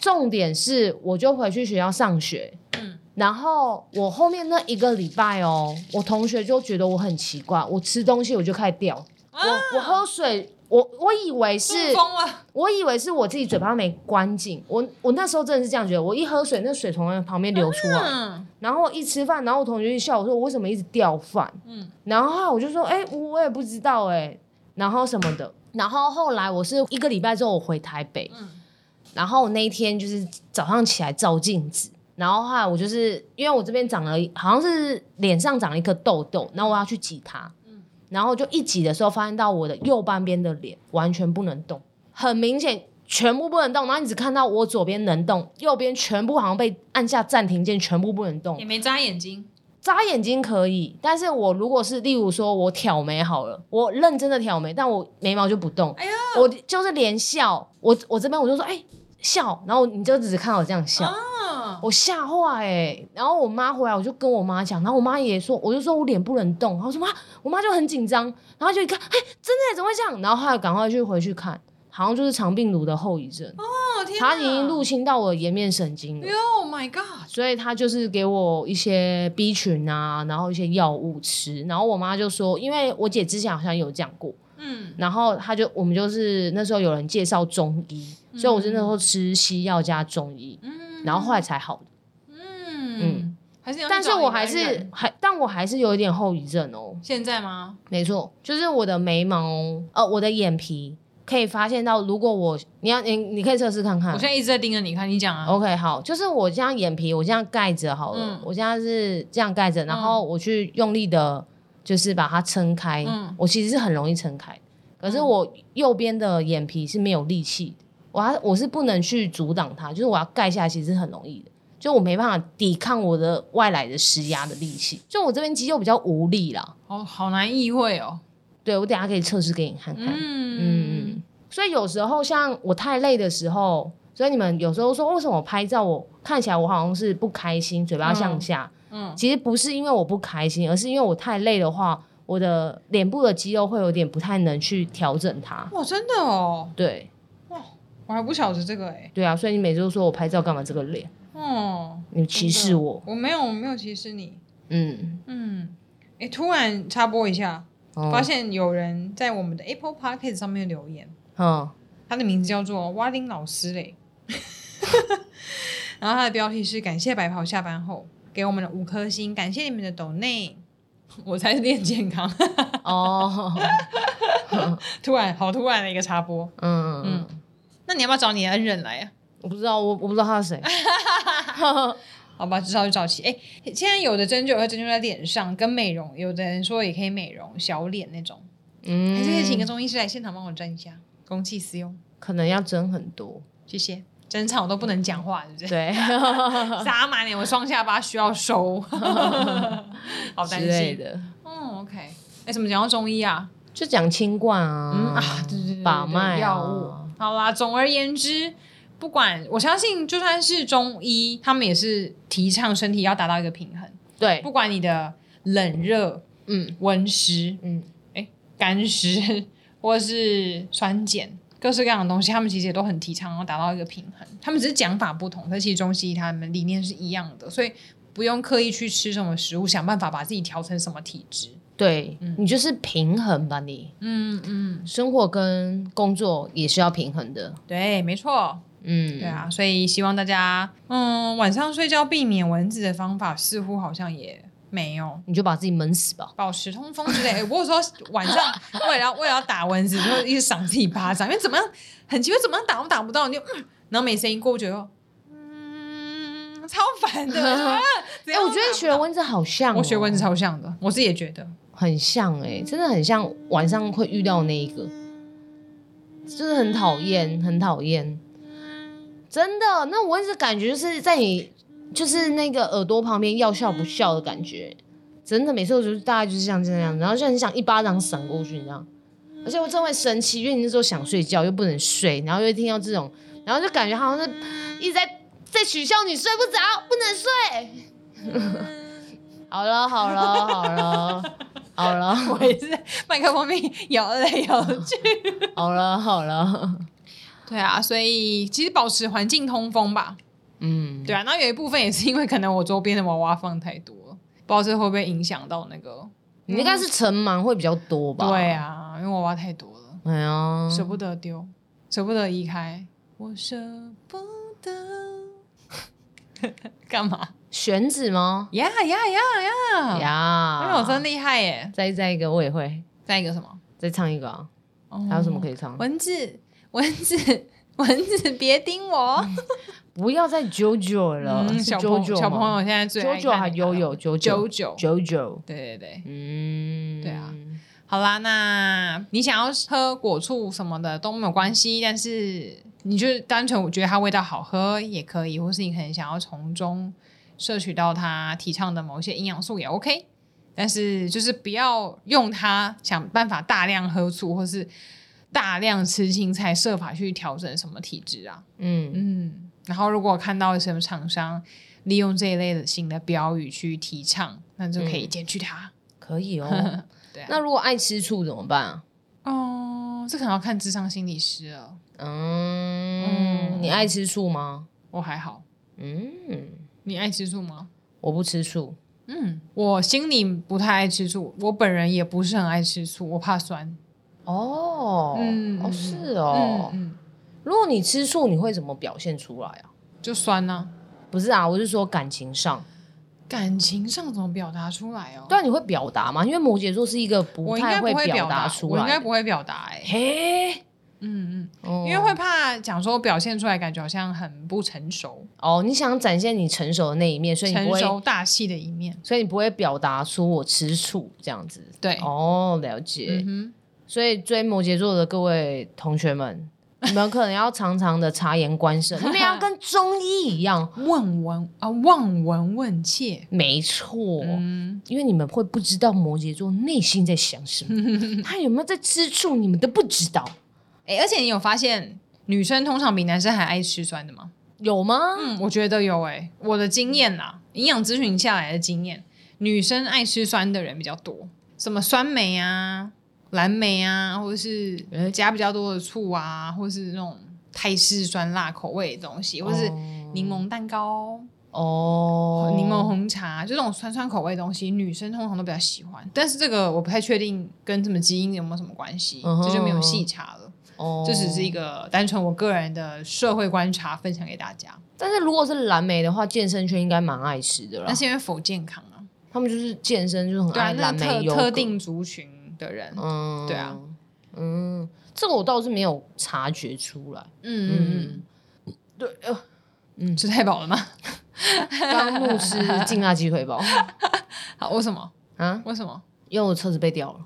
B: 重点是，我就回去学校上学。
A: 嗯
B: 然后我后面那一个礼拜哦，我同学就觉得我很奇怪，我吃东西我就开始掉，我我喝水，我我以为是
A: 啊中风了。
B: 我以为是我自己嘴巴没关紧，我我那时候真的是这样觉得，我一喝水，那水从那旁边流出来，
A: 嗯
B: 然后我一吃饭，然后我同学就笑我说我为什么一直掉饭，
A: 嗯
B: 然后我就说，哎、我也不知道哎、然后什么的。然后后来我是一个礼拜之后我回台北，
A: 嗯
B: 然后我那一天就是早上起来照镜子，然后后来我就是因为我这边长了好像是脸上长了一颗痘痘，然后我要去挤它，
A: 嗯
B: 然后就一挤的时候发现到我的右半边的脸完全不能动，很明显。全部不能动，然后你只看到我左边能动，右边全部好像被按下暂停键，全部不能动
A: 也。没眨眼睛。
B: 眨眼睛可以，但是我如果是例如说我挑眉好了，我认真的挑眉，但我眉毛就不动，
A: 哎呀
B: 我就是连笑，我我这边我就说哎、笑，然后你就只看我这样笑，
A: 嗯
B: 我吓坏哎，然后我妈回来我就跟我妈讲，然后我妈也说，我就说我脸不能动，然后我说妈，我妈就很紧张，然后就一看哎、真的耶怎么会这样，然后后来赶快去回去看，好像就是肠病毒的后遗症，
A: 哦天
B: 它已经入侵到我的颜面神经了。
A: ，Oh my god！
B: 所以他就是给我一些 B 群啊，然后一些药物吃，然后我妈就说，因为我姐之前好像有讲过，
A: 嗯
B: 然后她就我们就是那时候有人介绍中医，所以我是那时候吃西药加中医，
A: 嗯
B: 然后后来才好的。
A: 嗯
B: 嗯
A: 还是你要去
B: 但是
A: 找
B: 我
A: 一个
B: 还
A: 安
B: 是
A: 然
B: 还，但我还是有一点后遗症哦。
A: 现在吗？
B: 没错，就是我的眉毛，呃，我的眼皮可以发现到，如果我你要你你可以测试看看
A: 我现。在一直在盯着你看，你讲啊。
B: OK，好，就是我这样眼皮，我这样盖着好了，
A: 嗯
B: 我现在是这样盖着，然后我去用力的，就是把它撑开。
A: 嗯
B: 我其实是很容易撑开，可是
A: 嗯
B: 我右边的眼皮是没有力气的，我要我是不能去阻挡它，就是我要盖下来，其实是很容易的，就我没办法抵抗我的外来的施压的力气，就我这边肌肉比较无力啦。
A: 好好难意会哦。
B: 对，我等一下可以测试给你看看。
A: 嗯
B: 嗯
A: 嗯，
B: 所以有时候像我太累的时候，所以你们有时候说为什么我拍照我看起来我好像是不开心，嘴巴向下，
A: 嗯
B: 其实不是因为我不开心，而是因为我太累的话，我的脸部的肌肉会有点不太能去调整它。
A: 嗯哇，真的哦，
B: 对
A: 我还不晓得这个哎。
B: 对啊，所以你每次都说我拍照干嘛这个脸，
A: 哦，
B: 你歧视我，
A: 我没有，我没有歧视你。
B: 嗯，
A: 嗯，哎，突然插播一下，
B: 哦
A: 发现有人在我们的 Apple Podcast 上面留言，
B: 嗯，
A: 他的名字叫做蛙丁老师嘞。 然后他的标题是“感谢白袍下班后给我们的五颗星，感谢你们的抖内”。 我才练健康，
B: 哦，
A: 突然好突然的一个插播。
B: 嗯嗯，
A: 那你要不要找你的恩人来啊？
B: 我不知道，我我不知道他是谁，
A: 好吧，至少就早期。哎、现在有的针灸会针灸在脸上，跟美容，有的人说也可以美容小脸那种，
B: 嗯，
A: 还是可以请个中医师来现场帮我针一下，公器私用，
B: 可能要争很多，
A: 谢谢。整场我都不能讲话，是不是？
B: 对。
A: 撒满脸，我双下巴需要收， 好 担
B: 之类
A: 心。
B: 的，
A: 嗯，OK。哎、怎么讲到中医啊？
B: 就讲清冠啊，
A: 嗯啊，对对对对，
B: 把
A: 对
B: 脉啊
A: 药物。好啦，总而言之，不管我相信，就算是中医，他们也是提倡身体要达到一个平衡，
B: 对，
A: 不管你的冷热、
B: 嗯
A: 温湿、哎
B: 嗯，
A: 干湿或是酸碱，各式各样的东西，他们其实也都很提倡要达到一个平衡。他们只是讲法不同，但其实中西医他们理念是一样的，所以不用刻意去吃什么食物，想办法把自己调成什么体质。
B: 对你就是平衡吧，你
A: 嗯嗯，
B: 生活跟工作也是要平衡的，
A: 对，没错，
B: 嗯，
A: 对，啊，所以希望大家，嗯，晚上睡觉避免蚊子的方法，似乎好像也没有。
B: 你就把自己闷死吧，
A: 保持通风 之类。欸我有时候晚上为了要为了要打蚊子，就一直赏自己巴掌，因为怎么样很奇怪，怎么样打都打不到，你就、嗯、然后没声音过，我觉得嗯超烦 的。啊怎
B: 哎、
A: 样
B: 我
A: 都
B: 觉
A: 打
B: 得
A: 不
B: 学
A: 到
B: 蚊子好像、哦
A: 我学蚊子超像的，我自己也觉 得。
B: 很像哎、真的很像晚上会遇到那一个，就是很讨厌，很讨厌，真的。那蚊子感觉就是在你就是那个耳朵旁边要笑不笑的感觉，真的每次我就是大概就是像这样，然后就很想一巴掌闪过去，你知道？而且我真的会生气，因为你那时候想睡觉又不能睡，然后又听到这种，然后就感觉好像是一直在在取笑你睡不着，不能睡。 好了好了好了好了。
A: 我也是在麦克风边 摇来摇去。
B: 好了好了，
A: 对啊，所以其实保持环境通风吧。
B: 嗯，
A: 对啊，那有一部分也是因为可能我周边的娃娃放太多了，不知道这会不会影响到那个。
B: 你应该是尘螨会比较多吧？
A: 嗯对，啊，因为娃娃太多了。
B: 哎呀，
A: 舍不得丢，舍不得移开，我舍不得。 干嘛？
B: 选址吗？
A: 呀呀呀呀！
B: 呀，
A: 嗯因为我真厉害耶！
B: 再再一个我也会，
A: 再一个什么？
B: 再唱一个啊，
A: 哦
B: 还有什么可以唱？
A: 蚊子，蚊子，蚊子，别叮我！
B: 不要再九九了，
A: 嗯
B: 是
A: 小
B: 九
A: 朋友，
B: 九
A: 小朋友
B: 吗？
A: 现在最
B: 九
A: 爱
B: 九
A: 看
B: 还
A: 那个
B: 悠悠九
A: 九
B: 九
A: 九，
B: 九九，
A: 对对对。
B: 嗯，
A: 对啊，好啦，那你想要喝果醋什么的都没有关系，但是你就是单纯我觉得它味道好喝也可以，或是你可能想要从中摄取到它提倡的某一些营养素也 OK，但是就是不要用它想办法大量喝醋或是大量吃青菜，设法去调整什么体质啊。
B: 嗯，
A: 嗯，然后如果看到什么厂商利用这一类的新的标语去提倡，那就可以减去它。
B: 可以哦。
A: 对啊
B: 那如果爱吃醋怎么办啊？
A: 哦，这可能要看智商心理师了。
B: 嗯，
A: 嗯
B: 你爱吃醋吗？
A: 我还好，
B: 嗯，
A: 你爱吃醋吗？
B: 我不吃醋。
A: 嗯，我心里不太爱吃醋，我本人也不是很爱吃醋，我怕酸。
B: 哦，
A: 嗯
B: 哦是哦，
A: 嗯
B: 如果你吃醋，你会怎么表现出来啊？
A: 嗯，就酸呢、
B: 不是啊，我是说感情上，
A: 啊。感情上怎么表达出来哦？
B: 对啊，你会表达吗？因为摩羯座是一个不
A: 我应该
B: 太
A: 不会
B: 表
A: 达，
B: 出
A: 我
B: 来
A: 应
B: 的，
A: 该不会表达哎、
B: 嘿，
A: 嗯
B: 哦
A: 嗯，因为会怕讲说表现出来感觉好像很不成熟，
B: 哦，你想展现你成熟的那一面，所以你不
A: 成
B: 会，
A: 熟大气的一面。
B: 所以你不会表达出我吃醋这样子。
A: 对，
B: 哦，了解。
A: 嗯
B: 所以追摩羯座的各位同学们，你们可能要常常的察言 观色，你们要跟中医一样，
A: 哼，望闻啊，望闻问切。
B: 没错。
A: 嗯，
B: 因为你们会不知道摩羯座内心在想什 么，他有没有在吃醋，你们都不知道，
A: 哎、而且你有发现女生通常比男生还爱吃酸的吗？
B: 有吗？
A: 嗯，我觉得有哎、我的经验啦，营养咨询下来的经验，女生爱吃酸的人比较多，什么酸梅啊、蓝莓啊，或者是
B: 诶
A: 加比较多的醋啊，或是那种泰式酸辣口味的东西，或是柠檬蛋糕。
B: 哦，
A: 柠檬红茶，就这种酸酸口味的东西，女生通常都比较喜欢。但是这个我不太确定跟什么基因有没有什么关系，
B: 嗯哼
A: 这就没有细查了。
B: 哦，
A: 这只是一
B: 个。
A: 个单纯我个人的社会观察分享给大家。
B: 但是啊如果是蓝莓的话，健身圈应该蛮爱吃的啦
A: 那。是因为否健康啊，
B: 他们就是健身就是很
A: 对啊
B: 嗯爱，
A: 那
B: 蓝
A: 个
B: 莓优
A: 特
B: 格
A: 特，定族群的人，嗯
B: 嗯
A: 对啊，
B: 嗯，这个我倒是没有察觉出来。
A: 嗯嗯，
B: 对，呃
A: 吃太饱了吗？
B: 刚刚怒吃劲辣鸡 腿堡
A: 好，为什么？
B: 啊，
A: 为什么
B: 因为我车子被掉了，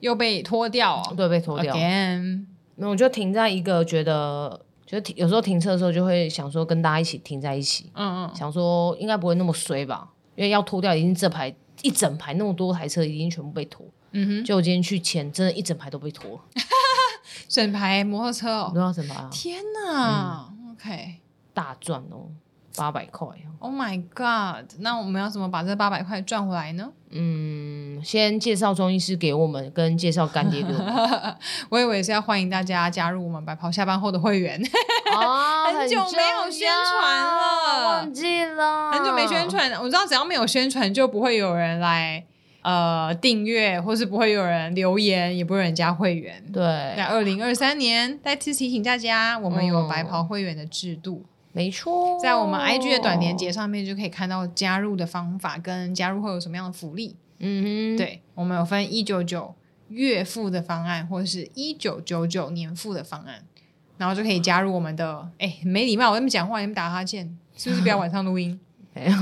A: 又被脱掉、哦、
B: 对，被拖掉。
A: ？Again，
B: 没有，我就停在一个觉得，觉得停有时候停车的时候就会想说跟大家一起停在一起，
A: 嗯嗯，
B: 想说应该不会那么衰吧，因为要拖掉已经这排一整排那么多台车已经全部被拖，
A: 嗯哼，
B: 就我今天去签，真的一整排都被
A: 哦
B: 拖，
A: 整排摩托车
B: 不
A: 哦，
B: 知道怎么啊，
A: 天哪、o
B: 嗯
A: k
B: 大赚哦，八百块哦。
A: Oh my god！那我们要怎么把这八百块赚回来呢？
B: 嗯，先介绍中医师给我们，跟介绍干爹给我们。
A: 我以为是要欢迎大家加入我们白袍下班后的会员，
B: 啊
A: 很久没有宣传了
B: 忘记了，
A: 很久没宣。传了。我知道只要没有宣传，就不会有人来呃订阅，或是不会有人留言，也不会有人加会员。
B: 对
A: 在，二零二三年，再次提醒大家，我们有
B: 嗯哦
A: 白袍会员的制度，
B: 没错，
A: 在我们 IG 的短连接，上面就可以看到加入的方法跟加入会有什么样的福利。
B: 嗯哼，，
A: 对，我们有分一九九月付的方案，或者是一九九九年付的方案，然后就可以加入我们的。哎，没礼貌，我在那边讲话，你们打哈欠，是不是不要晚上录音？
B: 没有，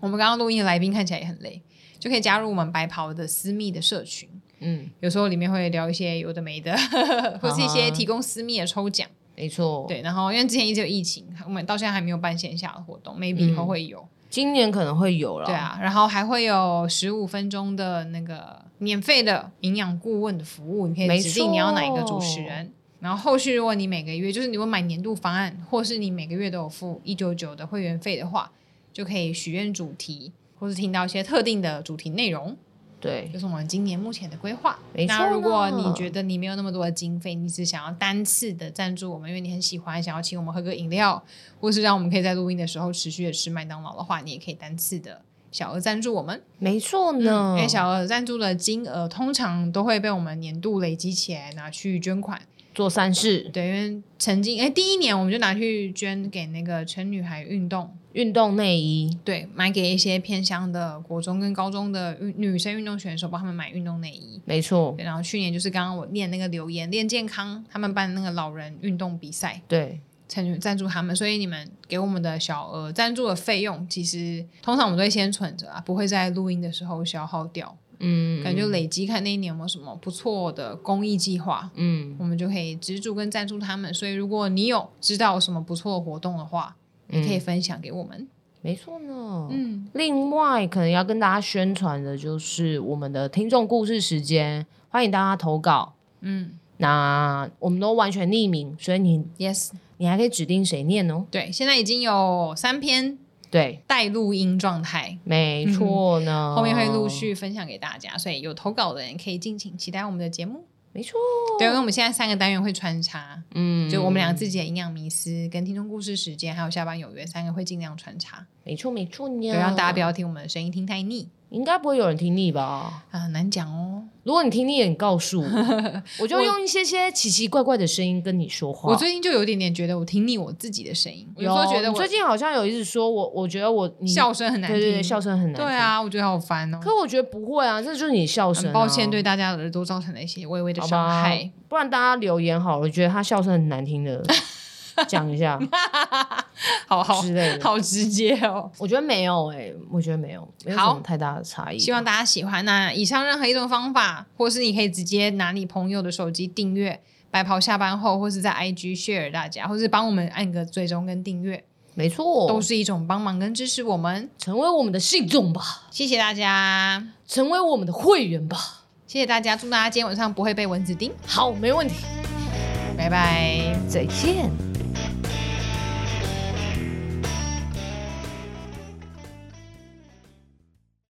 A: 我们刚刚录音的来宾看起来也很累，就可以加入我们白袍的私密的社群。
B: 嗯，
A: 有时候里面会聊一些有的没的， 或是一些提供私密的抽奖。
B: 没错，，
A: 对，然后因为之前一直有疫情，我们到现在还没有办线下的活动，maybe
B: 嗯
A: 以后会有。
B: 今年可能会有了，
A: 对，啊，然后还会有十五分钟的那个免费的营养顾问的服务，你可
B: 没
A: 以指定你要哪一个主
B: 错
A: 持人。然后后续如果你每个月就是你会买年度方案，或是你每个月都有付一九九的会员费的话，就可以许愿主题，或是听到一些特定的主题内容，
B: 对，
A: 就是我们今年目前的规划。
B: 没错
A: 那如果你
B: 呢
A: 觉得你没有那么多的经费，你只想要单次的赞助我们，因为你很喜欢，想要请我们喝个饮料，或是让我们可以在录音的时候持续的吃麦当劳的话，你也可以单次
B: 嗯
A: 的小额赞助我们。
B: 没错呢
A: 嗯，因为小额赞助的金额通常都会被我们年度累积起来拿去捐款。
B: 做善事，
A: 对，因为曾经哎第一年我们就拿去捐给那个全女孩运动，
B: 运动内衣，
A: 对，买给一些偏乡的国中跟高中的运女生运动选手，帮他们买运动内衣。
B: 没错，
A: 对然后去年就是刚刚我念那个留言练健康，他们办那个老人运动比赛，
B: 对，
A: 赞赞助他们，所以你们给我们的小额赞助的费用，其实通常我们都会先存着啊，不会在录音的时候消耗掉，
B: 嗯，
A: 感觉累积看那一年有没有什么不错的公益计划，
B: 嗯，
A: 我们就可以资助跟赞助他们。所以如果你有知道有什么不错的活动的话，
B: 嗯，
A: 也可以分享给我们。
B: 没错呢，
A: 嗯，
B: 另外，可能要跟大家宣传的就是我们的听众故事时间，欢迎大家投稿。
A: 嗯
B: 那我们都完全匿名，所以你
A: ，yes，
B: 你还可以指定谁念哦。
A: 对，现在已经有三篇
B: 对，
A: 待录音状态，
B: 没错呢，
A: 后面会陆，续分享给大家，所以有投稿的人可以敬请期待我们的节目。
B: 没错，
A: 对，因为我们现在三个单元会穿插，
B: 嗯
A: 就我们俩自己的营养迷思、跟听众故事时间，还有下班有约三个会尽量穿插，
B: 没错没
A: 啊
B: 错呢，
A: 对，让大家不要听我们的声音听太腻
B: 应该不会有人听你吧？
A: 啊、很难讲哦。
B: 如果你听腻了，你告 诉我，我就用一些些奇奇怪怪的声音跟你说话。
A: 我最近就有一点点觉得我听腻我自己的声音，我有时候觉得我
B: 你最近好像有一直说我，我觉得我你
A: 笑声很难
B: 对
A: 听，
B: 对对笑声很难听
A: 对，啊，我觉得好烦哦。
B: 可我觉得不会啊，这就是你笑声、
A: 很
B: 啊。
A: 抱歉，对大家的耳朵造成了一些微微的
B: 好
A: 伤
B: 吧
A: 害。，
B: 不然大家留言好了，我觉得他笑声很难 听的，讲一下
A: 好好
B: 之类的。
A: 好直接哦。
B: 我觉得没有哎、我觉得没有，没有什
A: 好
B: 么太大的差异。
A: 希望大家喜欢。那以上任何一种方法，或是你可以直接拿你朋友的手机订阅“白袍下班后”，或是在 IG share 大家，或是帮我们按个追踪跟订阅，
B: 没
A: 都
B: 错，
A: 是一种帮忙跟支持我们。
B: 成为我们的信众吧，
A: 谢谢大家，
B: 成为我们的会员吧。
A: 谢谢大家，祝大家今天晚上不会被蚊子叮，
B: 好，没问题，
A: 拜拜。
B: 再见。